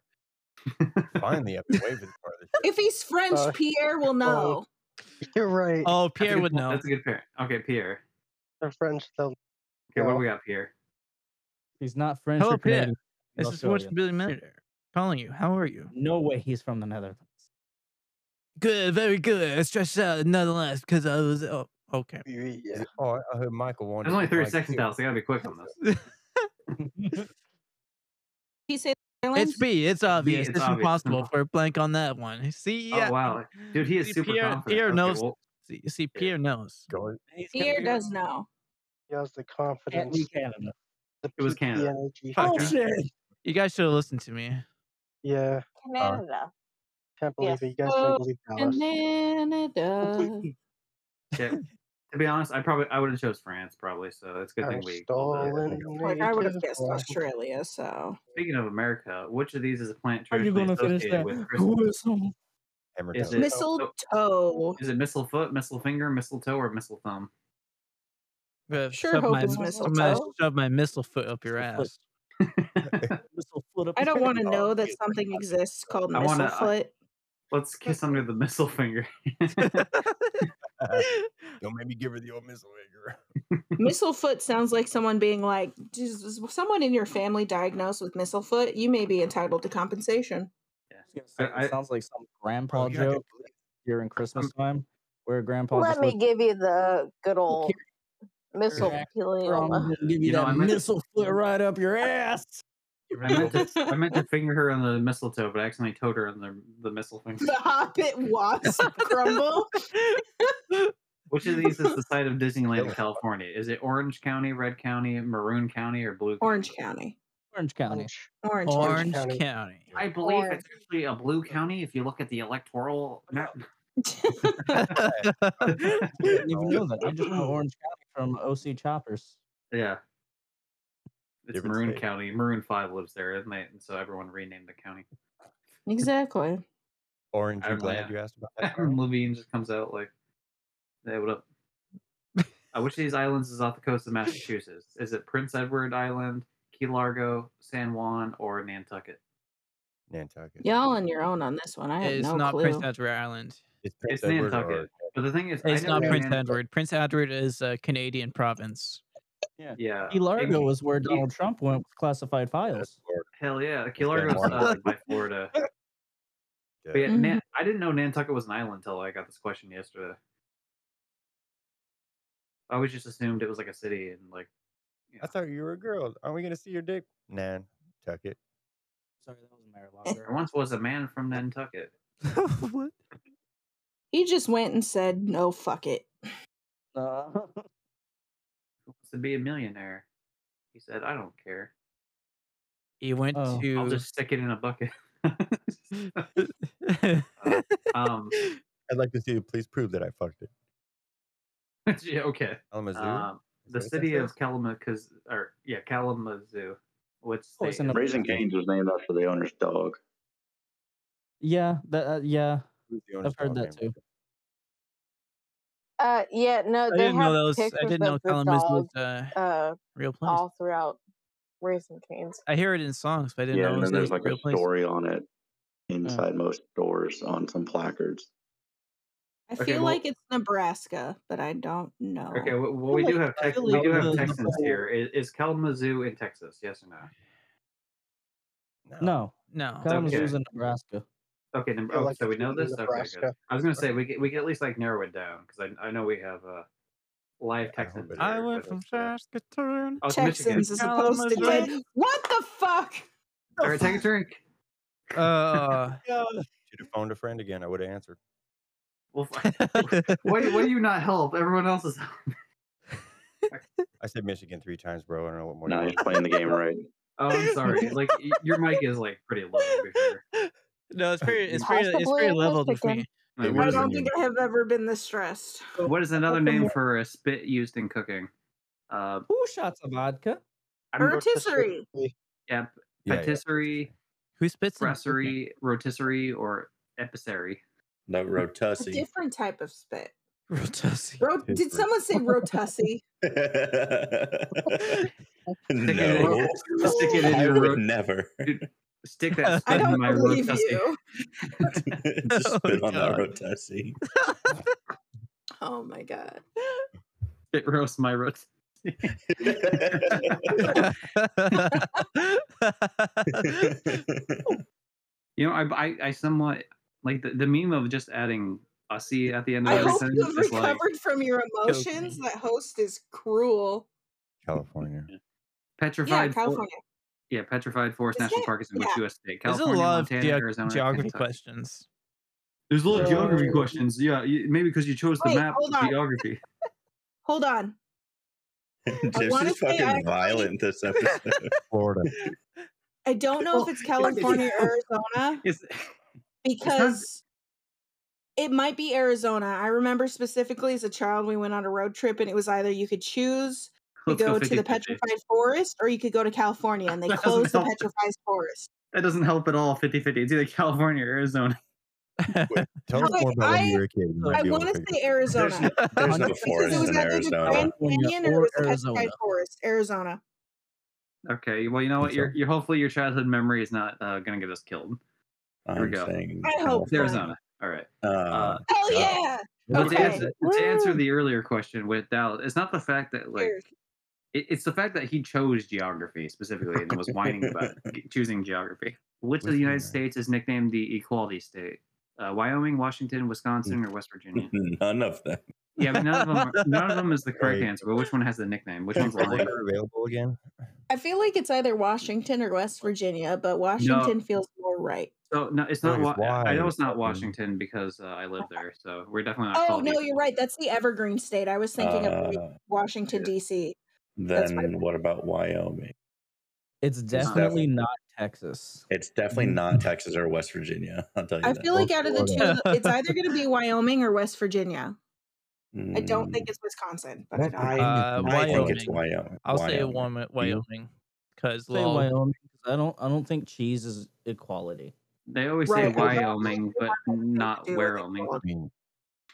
H: Finally, I've been waiting for this part of the
C: If he's French,
A: Uh,
C: Pierre will know.
A: You're right.
B: Oh,
E: That's a
B: Pierre
E: good
B: would
E: point.
B: know.
E: That's a good pair. Okay, Pierre.
A: They're French. They'll
E: Okay, what do
A: No.
E: we got, Pierre?
D: He's not French
B: Hello,
D: or Canadian.
B: This is Fortune
D: Australian.
B: Billion Millionaire calling you. How are you?
D: No way he's from the Netherlands.
B: Good, very good. I stressed out nonetheless because I was. Oh, okay.
A: be.
H: show. Is
A: Yeah.
H: it- Oh, I- I heard Michael wanted.
E: There's only
H: to
E: 30
H: like
E: seconds
H: two.
E: now, so you gotta be quick on this.
C: He said
B: It's B. It's obvious.
E: it's
B: It's,
E: obvious.
B: impossible for a blank on that one. See, yeah.
E: Oh wow, dude, he is
B: see,
E: super
B: Pierre,
E: confident.
B: Pierre
E: Okay,
B: knows.
E: well,
B: see, see, Pierre knows.
H: Go ahead.
C: Pierre does know.
A: He has the
D: Can't
A: confidence.
D: be Canada.
A: The
E: It was
A: peak, the
E: Canada.
A: energy.
B: Fuck yeah.
D: Bullshit.
B: You guys should have listened to me.
A: Yeah.
G: Canada.
A: Can't believe
G: Yes.
A: it. You guys
C: Oh,
A: can't believe Dallas.
C: Canada.
E: yeah. to be honest, I probably I would have chose France probably. So it's a good
A: Our
E: thing we. called it.
A: stolen.
C: Like I would have guessed
A: unicorn.
C: Australia, so
E: Speaking of America, which of these is a plant
D: How are you
E: traditionally
D: gonna finish
E: associated
D: that?
E: with Christmas?
D: Gruesome.
H: Hammer
E: Is
H: time.
E: it-
C: mistletoe.
E: Is it mistletoe, mistlefinger, mistletoe, or mistle thumb?
B: Uh,
C: Sure
B: shove
C: hope
B: my,
C: it's
B: I'm gonna
C: mistletoe.
B: shove my missile foot up your
D: Mistle foot.
B: ass.
D: Whistle foot up
C: I
D: his
C: don't want to
D: pants.
C: know that something exists called
E: I wanna-
C: Mistlefoot.
E: Let's kiss under the mistlefinger.
H: Don't make me give her the old missile finger.
C: Mistlefoot sounds like someone being like, "Does- is someone in your family diagnosed with Mistlefoot, you may be entitled to compensation.
D: I was gonna say,
E: I- Oh,
D: it sounds like some
H: Bro,
D: grandpa
H: you're not gonna
D: joke during Christmas time where grandpa
G: Let
D: just
G: me
D: looks-
G: give you the good old missile
H: Correct.
D: I'm
G: pelioma.
D: gonna give you,
E: You know,
D: that
E: I meant-
D: missile foot right up your ass.
E: I meant, to, I meant to finger her on the mistletoe, but I accidentally toed her on the, the mistlefinger.
C: The hobbit wasp crumble.
E: Which of these is the site of Disneyland in
H: Yeah.
E: California? Is it Orange County, Red County, Maroon County, or Blue
C: Orange County.
D: Orange County.
A: Punch.
C: Orange.
B: Orange
C: County.
B: County.
A: County.
E: I believe
G: Orange.
E: it's actually a blue county if you look at the electoral map.
G: Oh,
D: I didn't even
H: Oh,
D: know that. I just know Orange County from OC Choppers.
E: Yeah. It's
H: Different
E: Maroon
H: state.
E: County. Maroon 5 lives there, isn't it? And so everyone renamed the county.
C: exactly.
H: Orange,
E: I
H: you're
E: don't know,
H: glad
E: yeah.
H: you asked about that.
E: Adam Levine just comes out like, "Hey, what up?" uh, which of these islands is off the coast of Massachusetts? Is it Prince Edward Island, Key Largo, San Juan, or Nantucket?
H: Nantucket.
C: Y'all on your own on this one. I have
B: It's
C: no
B: not
C: clue.
B: Prince Edward Island.
H: It's Prince
E: It's
H: Edward
E: Nantucket.
H: or-
E: But the thing is, I
B: It's
E: never
B: not Prince
E: ran-
B: Edward. Prince Edward is a Canadian province.
E: Yeah,
D: Key Largo
E: Maybe-
D: was where Donald Trump went with classified
H: That's
D: files.
H: Florida.
E: Hell yeah, Key
H: San
E: Largo's
H: Juan.
E: uh, by Florida. But yeah,
H: Yeah.
E: Nan- I didn't know Nantucket was an island until I got this question yesterday. I always just assumed it was like a city and like. you
H: I
E: know.
H: thought you were a girl. Are we gonna see your dick? Nantucket.
D: Sorry, that was Mayor
E: There once was a man from Nantucket.
B: what?
C: He just went and said, "No, fuck it."
D: Lager. Uh,
E: Who wants to be a millionaire? He said, "I don't care.
B: He went
D: Oh, I'll
E: I'll
B: to.
E: just stick it in a bucket." um,
H: I'd like to see you please prove that I fucked it.
E: yeah, okay.
H: Kalamazoo.
I: Uh,
E: Um,
H: Is
E: the
H: that what that
E: city of
H: says?
E: Kalamazoo, or yeah, Kalamazoo. Which
D: Oh, it's
E: state
D: in
E: is-
D: the-
I: Raising Cane's was named after the owner's dog.
D: yeah, that, uh, yeah.
H: Who's the
D: I've
H: owner's
D: heard
H: dog
D: that
H: name?
D: too.
G: Uh, yeah, no,
B: I
G: they
B: didn't know
G: have
B: that was.
G: pictures
B: I didn't know
G: of the
B: Kalamazoo
G: dog
B: was a
G: uh,
B: real place.
G: all throughout Racing Canes.
B: I hear it in songs, but I didn't
I: Yeah,
B: know it
I: and
B: was
I: then
B: a
I: there's like
B: real
I: a
B: place.
I: story on it inside most stores on some placards.
C: I
E: Okay,
C: feel
E: well-
C: like it's Nebraska, but I don't know.
E: Okay, well, well, we
D: feel
E: do
D: like-
E: have
D: I
E: Tex-
D: feel
E: we
D: like
E: do
D: the-
E: have
D: the
E: Texans
D: whole-
E: here. Is, is Kalamazoo in Texas? Yes or no?
D: No,
B: No.
D: Kalamazoo's
E: Oh, okay.
D: in Nebraska.
E: Okay, then,
A: Yeah,
E: oh,
A: like
E: so
A: if
E: we
A: you
E: know
A: live in
E: this. Okay, good.
A: Nebraska.
E: I was gonna say we could, we could at least like narrow it down because I, I know we have uh, live
H: I hope
E: Texans.
H: it is.
B: I
E: here,
B: went
E: but
B: from
E: it's, uh,
B: Saskatoon.
E: oh, it's Michigan.
C: Texans is supposed to
B: Kalamazoo.
C: get what the fuck?
E: All right, take a drink.
B: Uh,
H: Should have phoned a friend again. I would have answered.
E: Well, why, why do you not help? Everyone else is.
H: I said Michigan three times, bro. I don't know what more.
I: No,
H: you
I: he's
H: want.
I: playing the game right.
E: Oh, I'm sorry. Like y- your mic is like pretty low. To be fair.
B: no, it's pretty. It's pretty. It's
G: Possibly
B: pretty
G: it was
B: leveled with
G: chicken.
B: me.
E: Like,
H: It
E: what
C: I
H: was
E: is-
C: don't
H: in
C: think
H: you.
C: I have ever been this stressed.
E: what is another name for a spit used in cooking? Uh,
D: Two shots of vodka.
A: I'm
C: Rotisserie.
E: yeah,
H: Yeah, yeah.
E: patisserie,
B: Who spits? in-
E: brasserie, rotisserie, or epicary.
F: That
C: A
F: rotussi.
C: different type of spit.
B: Rotussi.
C: Ro- did
F: Different.
C: someone say rotussi?
F: no.
E: Stick it in
F: I
E: your
F: would
E: rot-
F: never.
E: Dude, stick that
C: I
E: spit in
C: don't
E: my
C: believe
E: rotisserie.
C: you.
F: Just
B: Oh,
F: spit on that
B: God.
F: rotussi.
C: Oh my god.
E: Spit roast my rotisserie. You know, I, I, I somewhat like the, the meme of just adding "ussy" at the end of
C: I
E: every
C: hope
E: sentence
C: you've
E: is like
C: recovered from your emotions. That host is cruel.
H: California.
E: petrified.
C: yeah,
E: for-
C: California.
E: yeah, petrified forest
C: Is
E: national
C: that-
E: park is in which
C: yeah.
E: U.S. state?
B: There's a
E: California,
B: lot of
E: Montana,
B: geo-
E: Arizona,
B: geography
E: Kentucky.
B: questions.
E: There's a lot of geography
C: Oh.
E: questions. Yeah, you, maybe because you chose the
C: Wait,
E: map.
C: hold on.
E: Geography.
C: Hold on. wanna
F: Gypsy's
C: say I
F: fucking
C: already-
F: violent this episode.
H: Florida.
C: I don't know if
E: Well,
C: it's California or Arizona
E: It's,
C: because it might be Arizona. I remember specifically as a child, we went on a road trip and it was either you could choose to
E: let's
C: go, to
E: 50-50.
C: the Petrified Forest or you could go to California and they
E: That doesn't
C: closed the
E: help.
C: Petrified Forest.
E: That doesn't help at all. 50-50. It's either California or Arizona.
B: Uh,
H: Tell us
C: Like,
H: more about when
C: I-
H: you were a kid. We might
C: I
H: be able
C: want to
H: figure
C: say Arizona.
F: There's, there's no
B: Because
C: Because
F: forest
C: it was
F: in
C: either the
F: Arizona.
C: Grand
D: California
C: Canyon or, it
D: or
C: was the Petrified
D: Arizona.
C: Forest, Arizona.
E: Okay. Well, you know
H: Think
E: what? Your,
H: so?
E: your hopefully your childhood memory is not uh, gonna get us killed.
F: I'm
E: Here we go.
F: saying
C: I hope
E: It's
C: Fine.
E: Arizona. All right.
F: Uh,
E: Uh,
C: Hell
F: Yeah.
C: yeah!
E: Well, to,
C: Okay.
E: answer, to answer the earlier question with Dallas, it's not the fact that like
C: Cheers.
E: it, it's the fact that he chose geography specifically and was whining about g- choosing geography. Which of the
H: Which
E: United
H: one, right?
E: States is nicknamed the Equality State? Uh, Wyoming, Washington, Wisconsin, or West Virginia?
F: none of them.
E: Yeah, but none of them. are- None of them is the correct
H: Right.
E: answer. But which one has the nickname? Which
H: out.
E: one's
H: Is
E: lying?
H: Florida available again?
C: I feel like it's either Washington or West Virginia, but Washington feels more right.
E: So no, it's not.
H: Like, it's
E: Wa- I know
H: wide,
E: it's not
H: fucking-
E: Washington because uh, I live there, so we're definitely not.
C: Oh
E: called
C: no,
E: equal.
C: you're right. That's the Evergreen State. I was thinking of like,
F: Uh,
C: Washington
E: yeah.
C: D.C. That's
F: then what about Wyoming?
D: It's definitely not Texas.
F: It's
B: Mm.
F: definitely not Texas or West Virginia. I'll tell you
C: I
F: that.
C: feel like out of the
B: Florida.
C: two, it's either going to be Wyoming or West Virginia. I don't think
F: Mm,
C: it's Wisconsin, but I
H: What
C: don't. know.
H: I-
B: Uh,
F: I think it's
B: Wyoming.
F: Wyoming.
B: I'll say
F: Wyoming.
B: Wyoming. Wyoming. Because
D: Say
B: lol.
D: Wyoming, 'cause I don't. I don't think cheese is equality.
E: They always
C: Right,
E: say
C: I don't
E: Wyoming,
C: think
E: but not
C: do with
E: Wyoming.
H: I mean,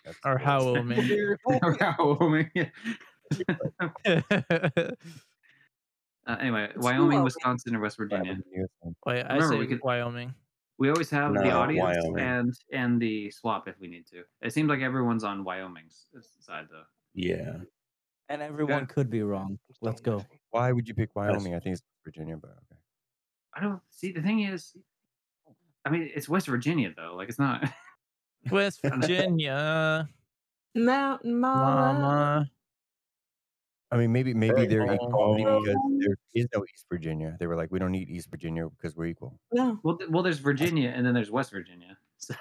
H: that's
B: Or
H: close.
B: Howoming.
E: Or Wyoming. yeah.
B: Wait,
E: Uh, anyway,
C: It's
E: Wyoming,
C: Wyoming.
E: Wisconsin, or West Virginia.
H: Wyoming, you know,
B: I
E: Remember,
B: say
E: we could-
B: Wyoming.
E: We always have the
F: No,
E: audience
F: Wyoming.
E: and and the swap if we need to. It seems like everyone's on Wyoming's uh, side though.
F: Yeah.
D: And everyone could be wrong. Let's go.
H: Why would you pick Wyoming? I think it's Virginia, but okay.
E: I don't see the thing is. I mean, it's West Virginia though. Like it's not.
B: West Virginia.
C: Mountain Mama.
B: Mama.
H: I mean, maybe maybe they're
F: Right.
H: equality because
C: Um,
H: there is no East Virginia. They were like, we don't need East Virginia because we're equal.
C: No,
E: Well, th- well, there's Virginia and then there's West Virginia. So,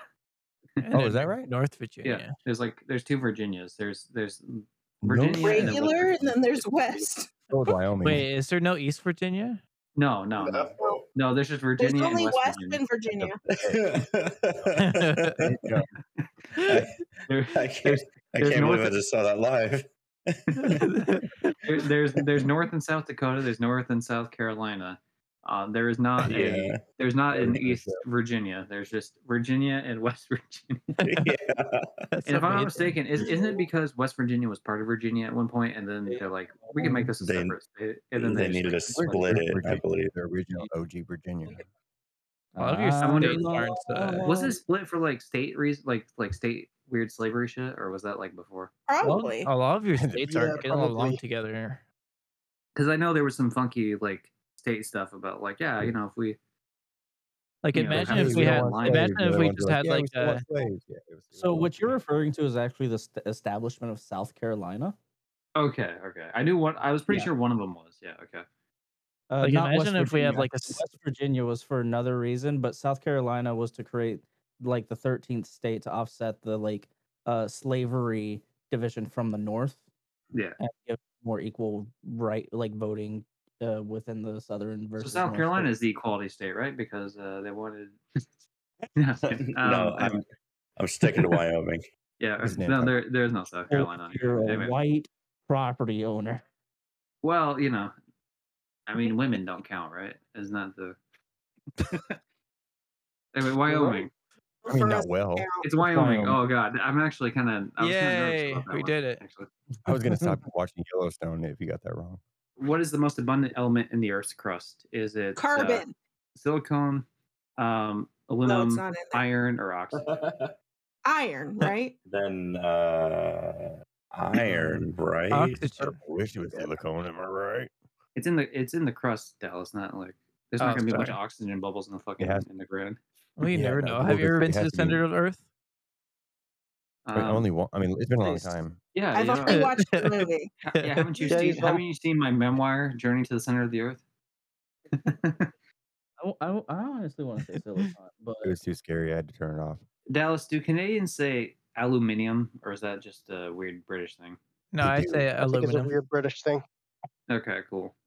B: and
H: Oh,
B: then
H: is that right?
B: North
E: yeah,
B: Virginia.
E: there's like there's two Virginias. There's there's
H: No
E: Virginia
H: way.
E: and then West
C: regular, and then there's
E: Virginia.
C: West.
H: Go with Wyoming.
B: Wait, is there no East Virginia?
E: No, no, no, no. There's just
C: There's
E: Virginia
C: only
E: and West,
C: West
E: Virginia.
C: and Virginia.
F: I,
H: Yeah.
E: There-
F: I can't, I
E: There's
F: can't
E: North-
F: believe I just saw that live.
E: there- there's there's North and South Dakota. There's North and South Carolina. Uh, there is not a
F: Yeah.
E: there's not
F: Yeah,
E: an
F: there's
E: East Virginia. There's just Virginia and West Virginia.
F: yeah.
B: That's
E: and if I'm not
B: amazing.
E: mistaken, is, isn't it because West Virginia was part of Virginia at one point, and then they're like, we can make this a
F: They-
E: separate state, and then
F: They
E: just
F: needed to
E: make it like-
F: split it, I believe.
H: The original OG Virginia.
B: A lot of your
F: Ah,
E: I wonder-
B: states aren't. Uh,
E: Was it split for like state reason, like like state weird slavery shit, or was that like before?
C: Probably.
B: a lot of your states
A: Yeah,
B: aren't getting along
A: probably.
B: together.
E: Because I know there was some funky like state stuff about like, yeah, you know, if we
B: Like,
E: Yeah,
B: imagine
E: okay.
B: if we
E: Yeah,
B: had.
E: one state,
B: Imagine
E: the
B: if
E: other
B: we
E: one's
B: just had like uh, a.
D: So what you're referring to is actually the st- establishment of South Carolina.
E: okay, okay, I knew what I was pretty
D: Yeah.
E: sure one of them was. Yeah, okay.
D: Uh,
B: Like,
D: not West
B: imagine if we have,
D: Virginia.
B: like, a s-
D: West Virginia was for another reason, but South Carolina was to create like the 13th state to offset the like uh, slavery division from the North
E: Yeah.
D: and give more equal right like voting uh, within the Southern
E: So
D: versus
E: South
D: North
E: Carolina
D: state.
E: is the equality state, right? Because uh, they wanted. no, um,
F: no, I'm I'm sticking to Wyoming.
E: yeah.
H: It's an
E: No,
H: anti-
E: there, there's no South
D: Or
E: Carolina. on
D: if
E: here.
D: You're a
E: Anyway.
D: white property owner.
E: Well, you know, I
B: Mm-hmm.
E: mean, women don't count, right? Isn't that the? anyway, Wyoming.
H: I mean,
C: For
H: not
C: us
H: well.
C: now.
E: It's Wyoming.
D: Wyoming.
E: Oh God, I'm actually kind of. I was kinda nervous
B: Yay,
E: about that
B: we
E: one,
B: did it.
E: Actually,
H: I was going to stop you watching Yellowstone if you got that wrong.
E: what is the most abundant element in the Earth's crust? Is it uh,
C: Carbon.
E: silicone, um,
C: no,
E: aluminum,
C: it's not Uh-uh. in there.
E: iron, or oxygen?
C: Iron, right?
F: then uh, iron, right?
B: Oxygen.
H: I wish it was silicone. Am I right?
E: It's in the it's in the crust, Dallas. Not like there's
B: Oh,
E: not gonna be a bunch of
B: sorry.
E: oxygen bubbles in the fucking
H: has-
E: in the ground.
B: Well, you
H: Yeah,
B: never
H: no,
B: know.
H: well,
B: Have you
H: it-
B: ever
H: it
B: been to
H: has
B: the
H: to be-
B: center of Earth?
H: But
E: Um,
H: only one. I mean, it's been a long
E: it's-
H: time.
E: Yeah,
C: I've
E: you
C: only
E: know,
C: watched the movie.
E: ha- yeah. Haven't you
A: Yeah,
E: seen?
A: he's all-
E: Haven't you seen my memoir, Journey to the Center of the Earth?
D: I, I, I honestly want to say silicon, but
H: It was too scary. I had to turn it off.
E: Dallas, do Canadians say aluminium, or is that just a weird British thing?
B: No,
H: They
B: I
H: do.
B: say
A: I think it's a
B: aluminum.
A: weird British thing.
E: Okay, cool.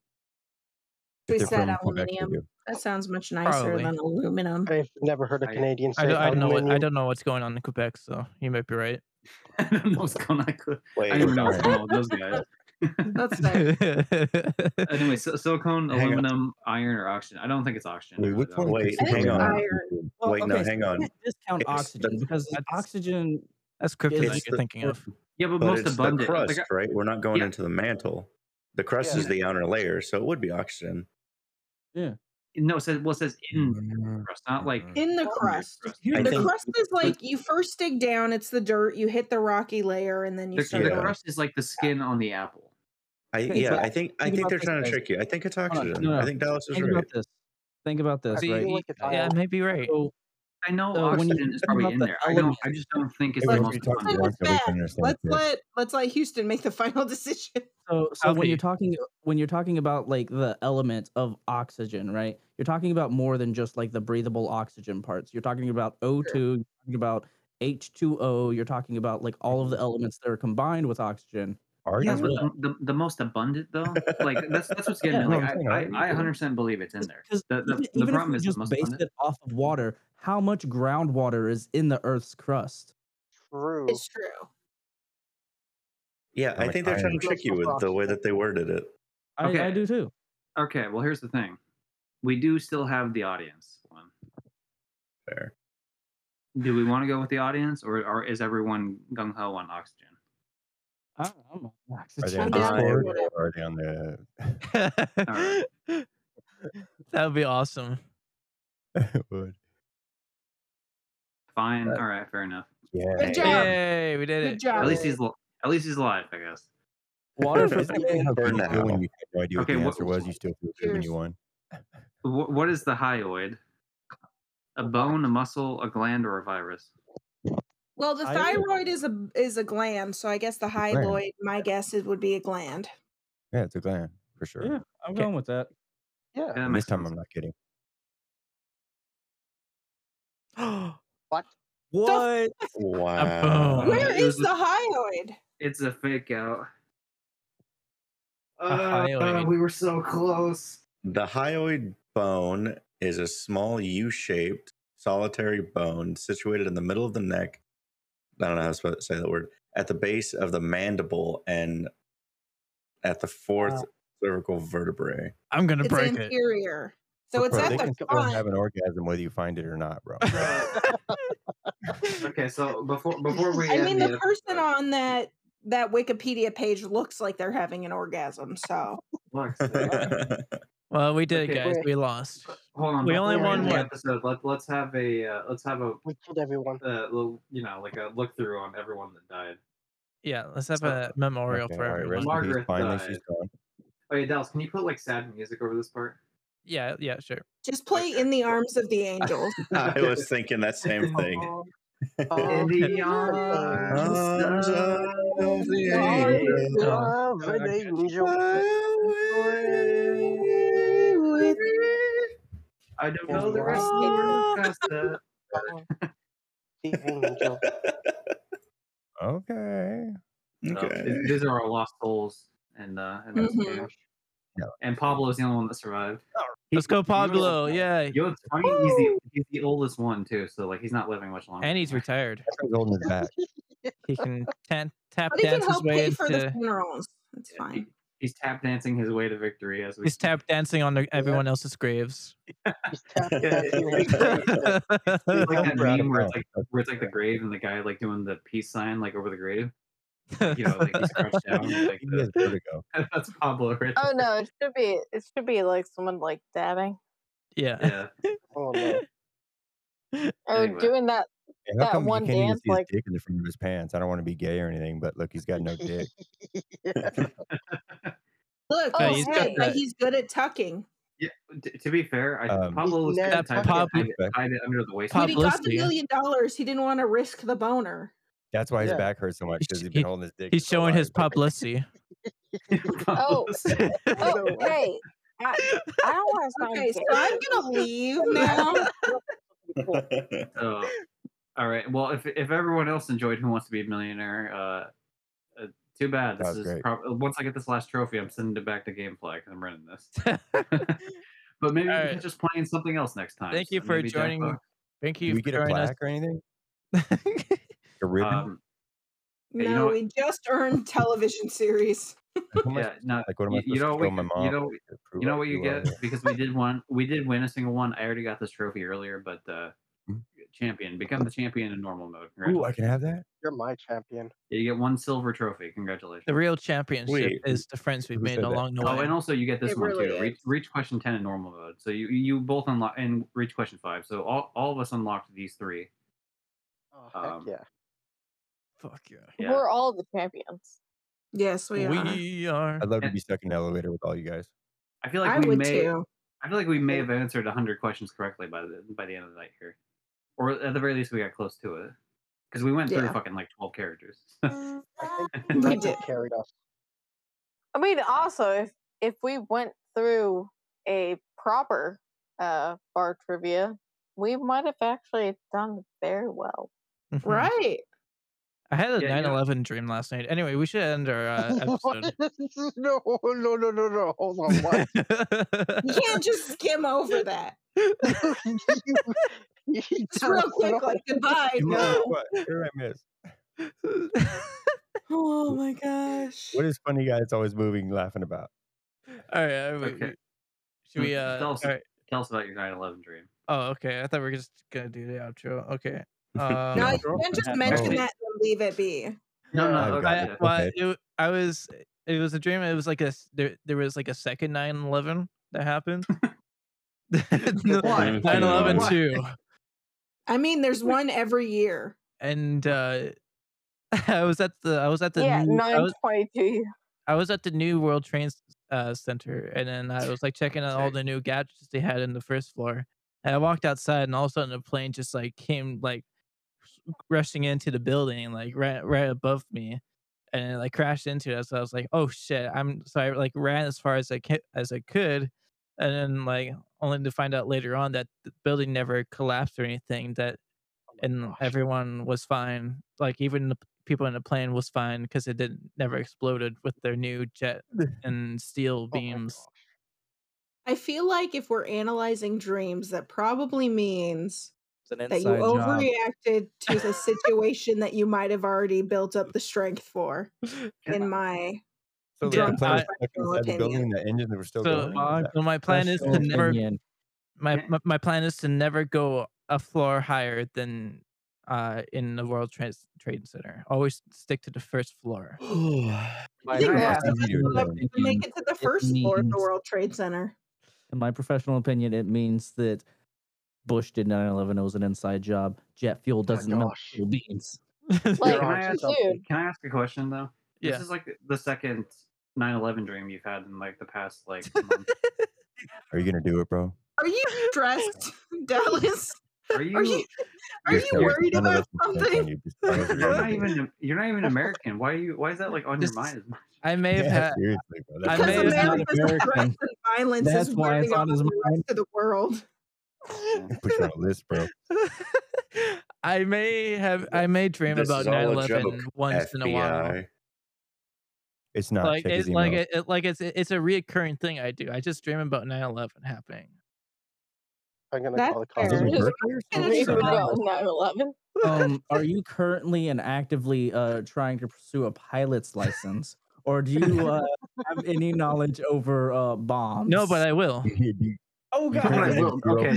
C: We
H: They're
C: said
H: from Quebec, they
C: aluminium.
H: do.
C: That sounds much nicer
B: Probably.
C: than aluminum.
A: I've never heard a
E: I-
A: Canadian say
B: I don't, I don't know what I
A: aluminium.
B: don't know what's going on in Quebec, so you might be right.
E: I don't know what's going on. I
F: Wait,
E: don't even know what's
F: iron.
E: going on with those guys.
C: That's nice.
E: anyway, so, silicone,
F: Hang on.
E: aluminum, iron, or oxygen. I don't think it's oxygen. I
H: Wait,
E: really
H: which
E: don't.
H: one?
F: Wait,
H: could
F: hang
H: silicone
F: on.
H: be?
C: iron.
F: Wait, no,
D: okay, so
F: hang on.
D: can't discount
F: It's the-
D: oxygen because
B: That's-
D: oxygen
B: That's kryptonite
F: It's
B: you're
F: the-
B: thinking of.
E: Yeah, but,
F: But
E: most
F: it's
E: abundant.
F: the
E: like,
F: crust, right? We're not going
E: Yeah.
F: into the mantle. The crust
A: Yeah.
F: is the outer layer, so it would be oxygen.
E: no, it says well, it says in the crust, not like
H: Mhm.
C: In the
E: under
C: crust.
F: Mm-hmm. I
C: The
F: think-
C: crust is like you first dig down, it's the dirt, you hit the rocky layer, and then you
E: The,
C: start
E: the
F: Yeah.
C: going.
E: crust is like the skin on the apple.
F: I,
D: Okay,
F: yeah,
D: so
F: I think I think
D: think about
F: they're
D: this,
F: trying to
D: guys.
F: trick you. I think it's
D: on,
F: oxygen.
D: no,
F: I
D: no.
F: think Dallas is
D: Think
F: right.
D: about this. Think about this,
A: I
D: right?
A: feel like it's
B: Yeah,
A: iron.
B: maybe right.
D: So
E: I know
D: Uh, when you
E: oxygen is
D: think
E: probably
D: about
E: in
D: the
E: there. I don't. I
D: element-
E: just don't think it's
H: Maybe
E: the
H: we
E: most
H: should talk to
E: abundant.
C: Let's
H: Bianca. We
C: back.
H: can understand
C: Let's
H: it.
C: let let's let Houston make the final decision.
D: so so when
B: Healthy.
D: you're talking when you're talking about like the element of oxygen, right? You're talking about more than just like the breathable oxygen parts. You're talking about O2, you're talking about H2O, you're talking about like all of the elements that are combined with oxygen.
H: Are
E: Yeah,
H: you?
E: but the, the, the most abundant though, like that's that's what's getting
D: Yeah,
E: me.
H: no,
E: Like,
H: I'm
E: I,
H: saying,
E: I,
H: right?
E: I 100% believe it's in there.
D: Because
E: The, the,
D: even,
E: the
D: even if
E: problem
D: we
E: is
D: just
E: the most
D: base
E: abundant.
D: it off of water, how much groundwater is in the Earth's crust?
A: True.
C: It's true.
F: Yeah,
H: How
F: I
H: much
F: think they're trying
H: iron?
F: to trick you with the way that they worded it.
D: I, I
E: Okay.
D: do too.
E: Okay, well here's the thing, we do still have the audience one.
F: Fair.
E: Do we want to go with the audience, or, or is everyone gung ho on oxygen?
D: I don't know.
H: Are they
D: Oxygen.
H: on
C: I'm down for
H: Discord?
C: whatever.
H: Or are they on the?
B: that would be awesome.
H: Wood?
E: Fine.
F: Uh,
E: All right. Fair enough.
H: yeah.
C: Good job.
B: Yay, we did
C: Good
B: it.
C: job.
E: At least he's li- at least he's alive, I guess.
D: Water
F: For
D: for
H: Amazing how
F: For
H: good you feel
F: now.
H: when you had no idea what
E: Okay,
H: the
E: what-
H: answer was. You still feel good when
C: Cheers.
H: you won.
E: Wh- what is the hyoid? A bone, a muscle, a gland, or a virus?
C: Well, the
D: I-
C: thyroid is a is a gland, so I guess the
H: gland.
C: hyaloid, my guess is would be a gland.
H: Yeah, it's a gland for sure.
D: Yeah, I'm going with that.
A: Yeah.
E: Yeah, that
H: And this
E: makes
H: time
E: sense.
H: I'm not kidding.
A: What?
D: What?
F: Wow.
B: Where
C: Where
E: it was
C: is
E: a-
C: the hyoid?
E: It's a fake out.
B: Uh, hyoid.
E: we were so close.
F: The hyoid bone is a small U shaped solitary bone situated in the middle of the neck. I don't know how to spell- say that word. At the base of the mandible and at the fourth cervical vertebrae.
B: I'm gonna
C: It's
B: break it.
C: anterior. So
H: But
C: it's
H: bro,
C: at
H: they
C: the
H: can still have
C: front.
H: an orgasm whether you find it or not, bro.
E: Okay, so before before we,
C: I
E: end
C: mean, the
E: ep-
C: person on that that Wikipedia page looks like they're having an orgasm. So
E: Look,
B: well, we did it,
E: Okay,
B: guys.
A: wait.
B: We lost.
E: hold on.
B: We
E: before
B: only won
E: end the
B: one.
E: episode. Let let's have a uh, let's have a
A: We killed everyone.
E: uh, little you know like a look through on everyone that died.
B: Yeah, let's have
E: So-
B: a memorial
H: Okay,
B: for
H: all right,
B: everyone.
H: rest in
E: Margaret
H: peace. Finally,
E: died.
H: she's gone.
E: Oh yeah, Dallas, can you put like sad music over this part?
B: Yeah, yeah, sure.
C: just play
E: Okay.
C: in the arms of the angels.
F: I was thinking that same thing.
E: In the
A: arms
F: Arms of the
A: Arms
F: angel.
A: Ah, of an angel.
F: I will
E: I don't
A: There's
E: know the rest of the
C: Oh.
E: word past that.
A: The angel.
H: Okay.
E: So,
F: Okay.
E: th- these are our lost souls, and uh, and, that's
C: Mhm.
E: Spanish.
H: Yeah.
E: and Pablo's the only one that survived.
B: Let's go, Pablo.
E: Yeah.
B: Yeah.
E: Yo, it's funny. He's the, he's the oldest one too, so like he's not living much longer.
B: And he's retired.
H: That one's holding his back.
B: He can tan- tap
C: But he can
B: dance his
C: help
B: way
C: pay for the
B: into.
C: funerals. It's fine.
E: he's tap dancing his way to victory as we.
B: He's tap dancing on the, everyone else's graves.
A: He's tap
F: Yeah.
A: dancing his grave.
E: It's like that
H: Proud of
E: meme where it's
H: Rome.
E: like where it's like the grave and the guy like doing the peace sign like over the grave. You know, like he's crouched down. Like
H: He has
E: the,
H: vertigo.
E: that's Pablo right
G: Oh
E: there.
G: no, it should be it should be like someone like dabbing
B: yeah.
E: Yeah.
A: Oh no.
G: or
E: Anyway.
G: doing that.
H: And how
G: That
H: come
G: one
H: you can't even
G: dance,
H: see his
G: like-
H: dick in the front of his pants? I don't want to be gay or anything, but look, he's got no dick.
C: Look,
G: Oh,
C: he's,
G: hey.
C: good, but he's good at tucking.
E: T- to be fair, I,
H: Um,
E: Pablo was
A: He's
E: good
A: never
E: at type to
B: Pablo-
E: hide it, hide it under the waistband.
C: When he got the
B: Publicity.
C: million dollars, he didn't want to risk the boner.
H: That's why his
A: Yeah.
H: back hurts so much
B: He's-
H: because he's
B: he-
H: been holding his dick.
B: He's
H: whole
B: showing
H: life.
B: his publicity.
G: Oh, oh,
A: know what?
G: hey, I, I don't want to sound
C: Okay, so
G: gay.
C: I'm gonna leave now.
E: So, all right. Well, if if everyone else enjoyed Who Wants to Be a Millionaire, uh, uh too bad.
H: That
E: This
H: was
E: is
H: great.
E: prob- uh, once I get this last trophy, I'm sending it back to GameFly because I'm running this. but maybe
B: All
E: we
B: right.
E: can just playing something else next time.
B: Thank you
E: So
B: for
E: maybe Jack
B: joining-
E: Buck-
B: Thank
H: Do
B: you
H: we
B: for
H: get a
B: joining us.
H: plaque or anything? A ribbon?
E: Um,
C: No,
E: you know what?
C: we just earned television series.
H: like, what am I
E: yeah,
H: supposed-
E: no,
H: like, what am I
E: you,
H: supposed
E: you know
H: to show
E: we,
H: my
E: could-
H: mom?
E: you know
H: to prove
E: you know
H: I
E: what you
H: do all
E: get
H: this?
E: because we did one we did win a single one. I already got this trophy earlier, but uh,
H: Mhm.
E: champion become the champion in normal mode.
H: Ooh,
E: Congratulations.
H: I can have that?
A: You're my champion.
E: You get one silver trophy. Congratulations.
B: The real championship
F: Wait,
B: is the friends we've
H: who
B: made
H: said that?
B: along the
E: Oh,
B: way.
E: and also you get this
C: It
E: one
C: really
E: too. Reach,
C: is.
E: reach question ten in normal mode. So you you both unlock and reach question five. So all, all of us unlocked these three.
A: Oh,
E: Um,
A: heck
B: Fuck yeah.
E: Yeah.
G: We're all the champions.
C: Yes, we, are.
B: We are.
H: I'd love to
E: Yeah.
H: be stuck in an elevator with all you guys.
E: I feel like
C: I
E: we
C: would
E: may
C: too.
E: I feel like we may have answered hundred questions correctly by the by the end of the night here, or at the very least we got close to it because we went through
C: Yeah. Mm,
E: fucking like twelve characters.
A: I think
C: We
A: Brenda
C: did.
A: carried us.
G: I mean, also if if we went through a proper uh bar trivia, we might have actually done very well.
C: Mm.
B: Mhm.
C: Right.
B: I had a
E: Yeah,
B: 9
E: you know-
B: 11 dream last night. Anyway, we should end our uh, episode.
A: no, no, no, no, no. Hold on. What?
C: You can't just skim over that.
A: You- you
C: Just
A: don't
C: real quick,
A: know.
C: like goodbye.
H: Look,
C: No.
H: What? What did I miss?
C: Oh my gosh.
H: What is funny guy that's always moving, laughing about?
B: all right. uh, we-
E: Okay.
B: we- Should we?
E: Mm,
B: Uh,
E: tell
B: all
E: us-
B: right.
E: Tell us about your 9/11 dream.
B: Oh, okay. I thought we were just going to do the outro. Okay. Um,
C: No,
H: Yeah.
C: you can't just
E: Yeah,
C: mention
E: no.
C: that and leave it be.
E: No, no,
A: Yeah.
H: I've
E: okay.
H: got
B: I,
H: it.
B: well,
H: Okay.
B: it, I was, it was a dream. It was like a, s- there, there was like a second 9 11 that happened. 9 11
F: Why?
B: 2.
C: I mean, there's one every year.
B: And, uh, I was at the I was at the
G: yeah,
B: new, I,
G: nine
B: was,
G: twenty two.
B: I was at the new World Train S- uh, Center, and then I was like checking out all
E: Sick.
B: the new gadgets they had in the first floor. And I walked outside, and all of a sudden, a plane just like came like s- rushing into the building, like right right above me, and it, like crashed into us. So I was like, "Oh shit!" I'm so I like ran as far as I ca- as I could, and then like only to find out later on that the building never collapsed or anything. That
F: Oh
B: and everyone was fine. Like even the p- people in the plane was fine because it didn't never exploded with their new jet and
A: Oh
B: steel
A: my
B: beams.
A: gosh.
C: I feel like if we're analyzing dreams, that probably means
D: It's an
C: that you
D: inside job.
C: overreacted to the situation that you might have already built up the strength for. In my
H: So like,
B: Yeah,
H: the plane was
C: I-
H: stuck inside the
C: opinion.
H: building, the engines were still
B: So,
H: going.
D: Fuck.
H: Is that-
B: so my plan is to
D: Professional
B: never
D: opinion.
B: my,
F: Eh.
E: Yeah.
B: my my plan is to never go a floor higher than uh in the World Trade Trade Center. Always stick to the first floor.
D: My
C: think
E: Yeah.
D: professional
H: Easy to
D: opinion-
H: do.
C: you make it to the first floor of the
D: means-
C: World Trade Center.
D: In my professional opinion, it means that Bush did 9 11. It was an inside job. Jet fuel
A: My
D: doesn't melt
A: gosh.
D: steel beams.
G: Like,
E: Can I
A: onto
E: ask-
A: something.
G: dude,
E: Can I ask a question though?
B: yeah.
E: This is like the second 9/11 dream you've had in like the past like month.
H: Are you gonna do it, bro?
C: Are you stressed, Dallas?
E: Are you?
C: Are you are
H: Just
C: you
H: tell us.
C: worried
H: None of
C: about
H: us can stand on
C: something?
H: you. Just tell us
E: You're not
H: you're gonna do it.
E: even. You're not even American. Why are you? Why is that like on your
B: This-
E: mind as much?
B: I may have
H: Yeah,
B: had
H: seriously, bro.
B: I
H: That's
C: Because
B: may have
H: crazy.
B: had
C: America's
D: American.
C: threats and violence
D: That's
C: is
D: why it's
C: wearing
D: on
C: on
D: his
C: the
D: mind.
C: rest of the world.
H: Put you on a list, bro.
B: I may have I may dream
F: This
B: about
F: is all a
B: 9/11
F: joke,
B: once in a while.
F: FBI.
H: It's not.
B: Like
H: Check his
B: it, like
H: emails.
B: it, it- like it's it's a reoccurring thing I do. I just dream about 9/11 happening.
A: I'm gonna
C: That's
A: call the
C: fair.
A: cops.
H: Doesn't
C: Just-
H: work.
C: Can I
G: Maybe
C: just
G: we'll
C: remind-
G: go 9/11.
D: um, are you currently and actively uh, trying to pursue a pilot's license, or do you uh, have any knowledge over uh, bombs?
B: No, but I will.
H: You- you-
D: oh
H: you
D: god,
H: don't
E: I
H: have
E: will.
H: zero
E: Okay.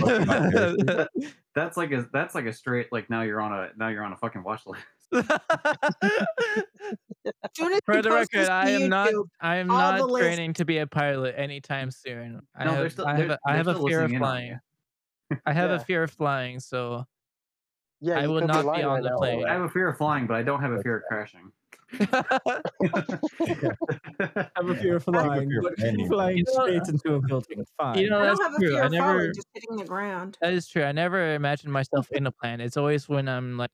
H: fucking knowledge.
E: That's like a that's like a straight like now you're on a now you're on a fucking watch list.
C: Jonathan
B: For the
C: posts
B: record,
C: this to
B: I am not
C: YouTube.
B: I am
C: all the
B: not
C: list.
B: training to be a pilot anytime soon. I
E: No, they're
B: have,
E: still-
B: I have
E: they're-
B: a, I
E: they're
B: have a
E: still
B: fear of
E: listening in on
B: flying. I have
A: Yeah.
B: a fear of flying, so
A: Yeah,
B: I
A: you
B: will
A: could
B: not be
A: lying
B: on
A: right
B: the
A: now,
B: plane.
E: I have a fear of flying, but I don't have a fear of crashing.
D: I have a fear of flying,
H: fear of
D: but
H: landing.
D: flying
B: You know-
D: straight into a building. Fine.
B: you know
C: I
B: that's
C: don't have a
B: true.
C: fear
B: I
C: of falling,
B: never
C: just hitting the ground.
B: that is true. I never imagined myself in a plane. It's always when I'm like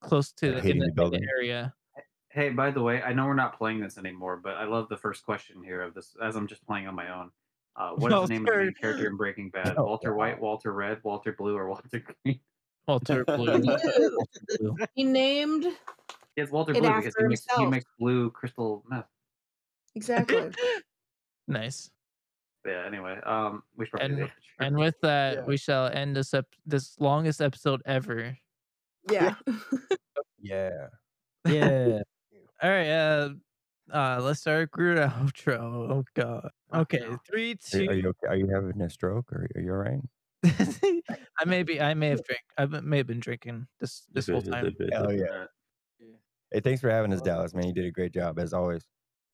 B: close to
H: Like
B: the, in
H: hitting
B: the,
H: the
B: in the
H: building.
B: area.
E: hey, by the way, I know we're not playing this anymore, but I love the first question here of this as I'm just playing on my own. Uh, what is the name of the main
B: Walter.
E: character in Breaking Bad?
H: Oh,
E: Walter
H: wow.
E: White, Walter Red, Walter Blue, or Walter Green?
B: Walter Blue.
C: Ew.
D: Blue.
C: he named
E: It's Walter
C: It
E: Blue because
C: after
E: he makes, he
C: himself.
E: makes blue crystal meth.
C: exactly.
B: nice.
E: Yeah. Anyway, um, we should probably
B: And-
E: do that.
B: And with that,
A: Yeah.
B: we shall end this ep- this longest episode ever.
C: Yeah.
H: Yeah.
D: Yeah.
B: All right, uh, uh, let's start Groot outro. Oh god.
E: Oh,
B: Okay,
E: no.
B: three,
H: Are, are
B: two.
H: you okay? Are you having a stroke? Or are you all right?
B: I may be. I may have drink. I may have been drinking this this whole time.
H: Hell Oh, yeah. Hey, thanks for having us, Dallas. Man, you did a great job as always.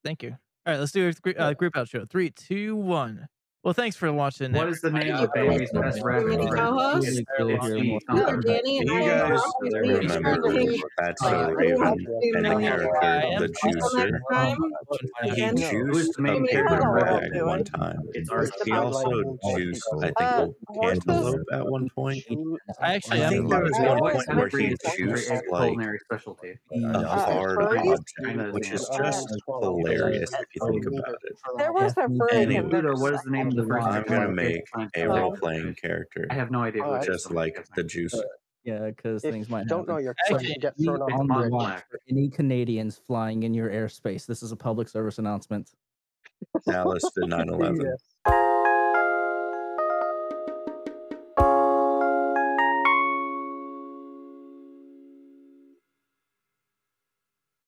B: Thank you. All right, let's do a gr- uh, group outro. Three, two, one. Well, thanks for watching.
E: What is the name of
C: Thank you.
E: Bailey's best
H: Thank
E: rap?
C: you,
E: group?
C: co-host.
E: It's-
D: Really
E: it's
D: cool.
E: me,
C: No,
E: something.
C: Danny and
F: You
C: I
F: guys
C: are obviously trying
F: remember
C: to think.
F: that's
C: uh,
F: so
C: I don't have
F: Raven
C: to think
F: and the
C: about it.
F: character
B: I am
F: the
C: Until
F: juicer.
D: Oh
C: next time,
F: He
C: again.
H: No.
F: juiced
E: Who's the
F: a
E: main
C: I mean, I
F: paper
C: don't know what
F: bag
C: I'm
F: at one
C: doing.
F: time.
E: It's
A: What's
E: RT.
A: the
F: He
A: bad
F: also
A: lightning thing?
F: juiced, I think,
G: Uh,
F: a
G: horses.
F: cantaloupe at one point.
A: Two
B: I actually
H: I
B: am.
H: think there was
G: I
H: one
G: always
H: point
G: have
H: where
G: a free
H: he
G: section.
F: juiced,
E: It's
F: like,
E: culinary specialty.
F: a
G: Uh,
F: hard
G: furries?
F: object,
E: Kinda,
F: which
E: yeah.
F: is
A: I
F: just
A: have 12
F: hilarious
A: because
F: if you
A: I
F: think
A: need
F: about
A: it
F: it.
A: for
G: There was a
D: Definitely.
G: furry
F: Anyway.
G: commander
E: Ludo, what is the name of the first?
F: I'm
D: Watch
F: gonna
D: one
F: make a
E: Oh.
F: role playing character
E: I have no idea. who
A: Alright.
E: it is.
F: just like the juicer.
D: Yeah, because
A: If
D: things
A: you
D: might happen.
A: don't know your
B: Actually,
A: crap, you get thrown
D: be
A: off
E: it's
A: a
D: on
E: Bob
D: the
A: bridge.
D: watch
E: Black.
D: for any Canadians flying in your airspace. This is a public service announcement.
F: Dallas did 9 11.
A: Yes.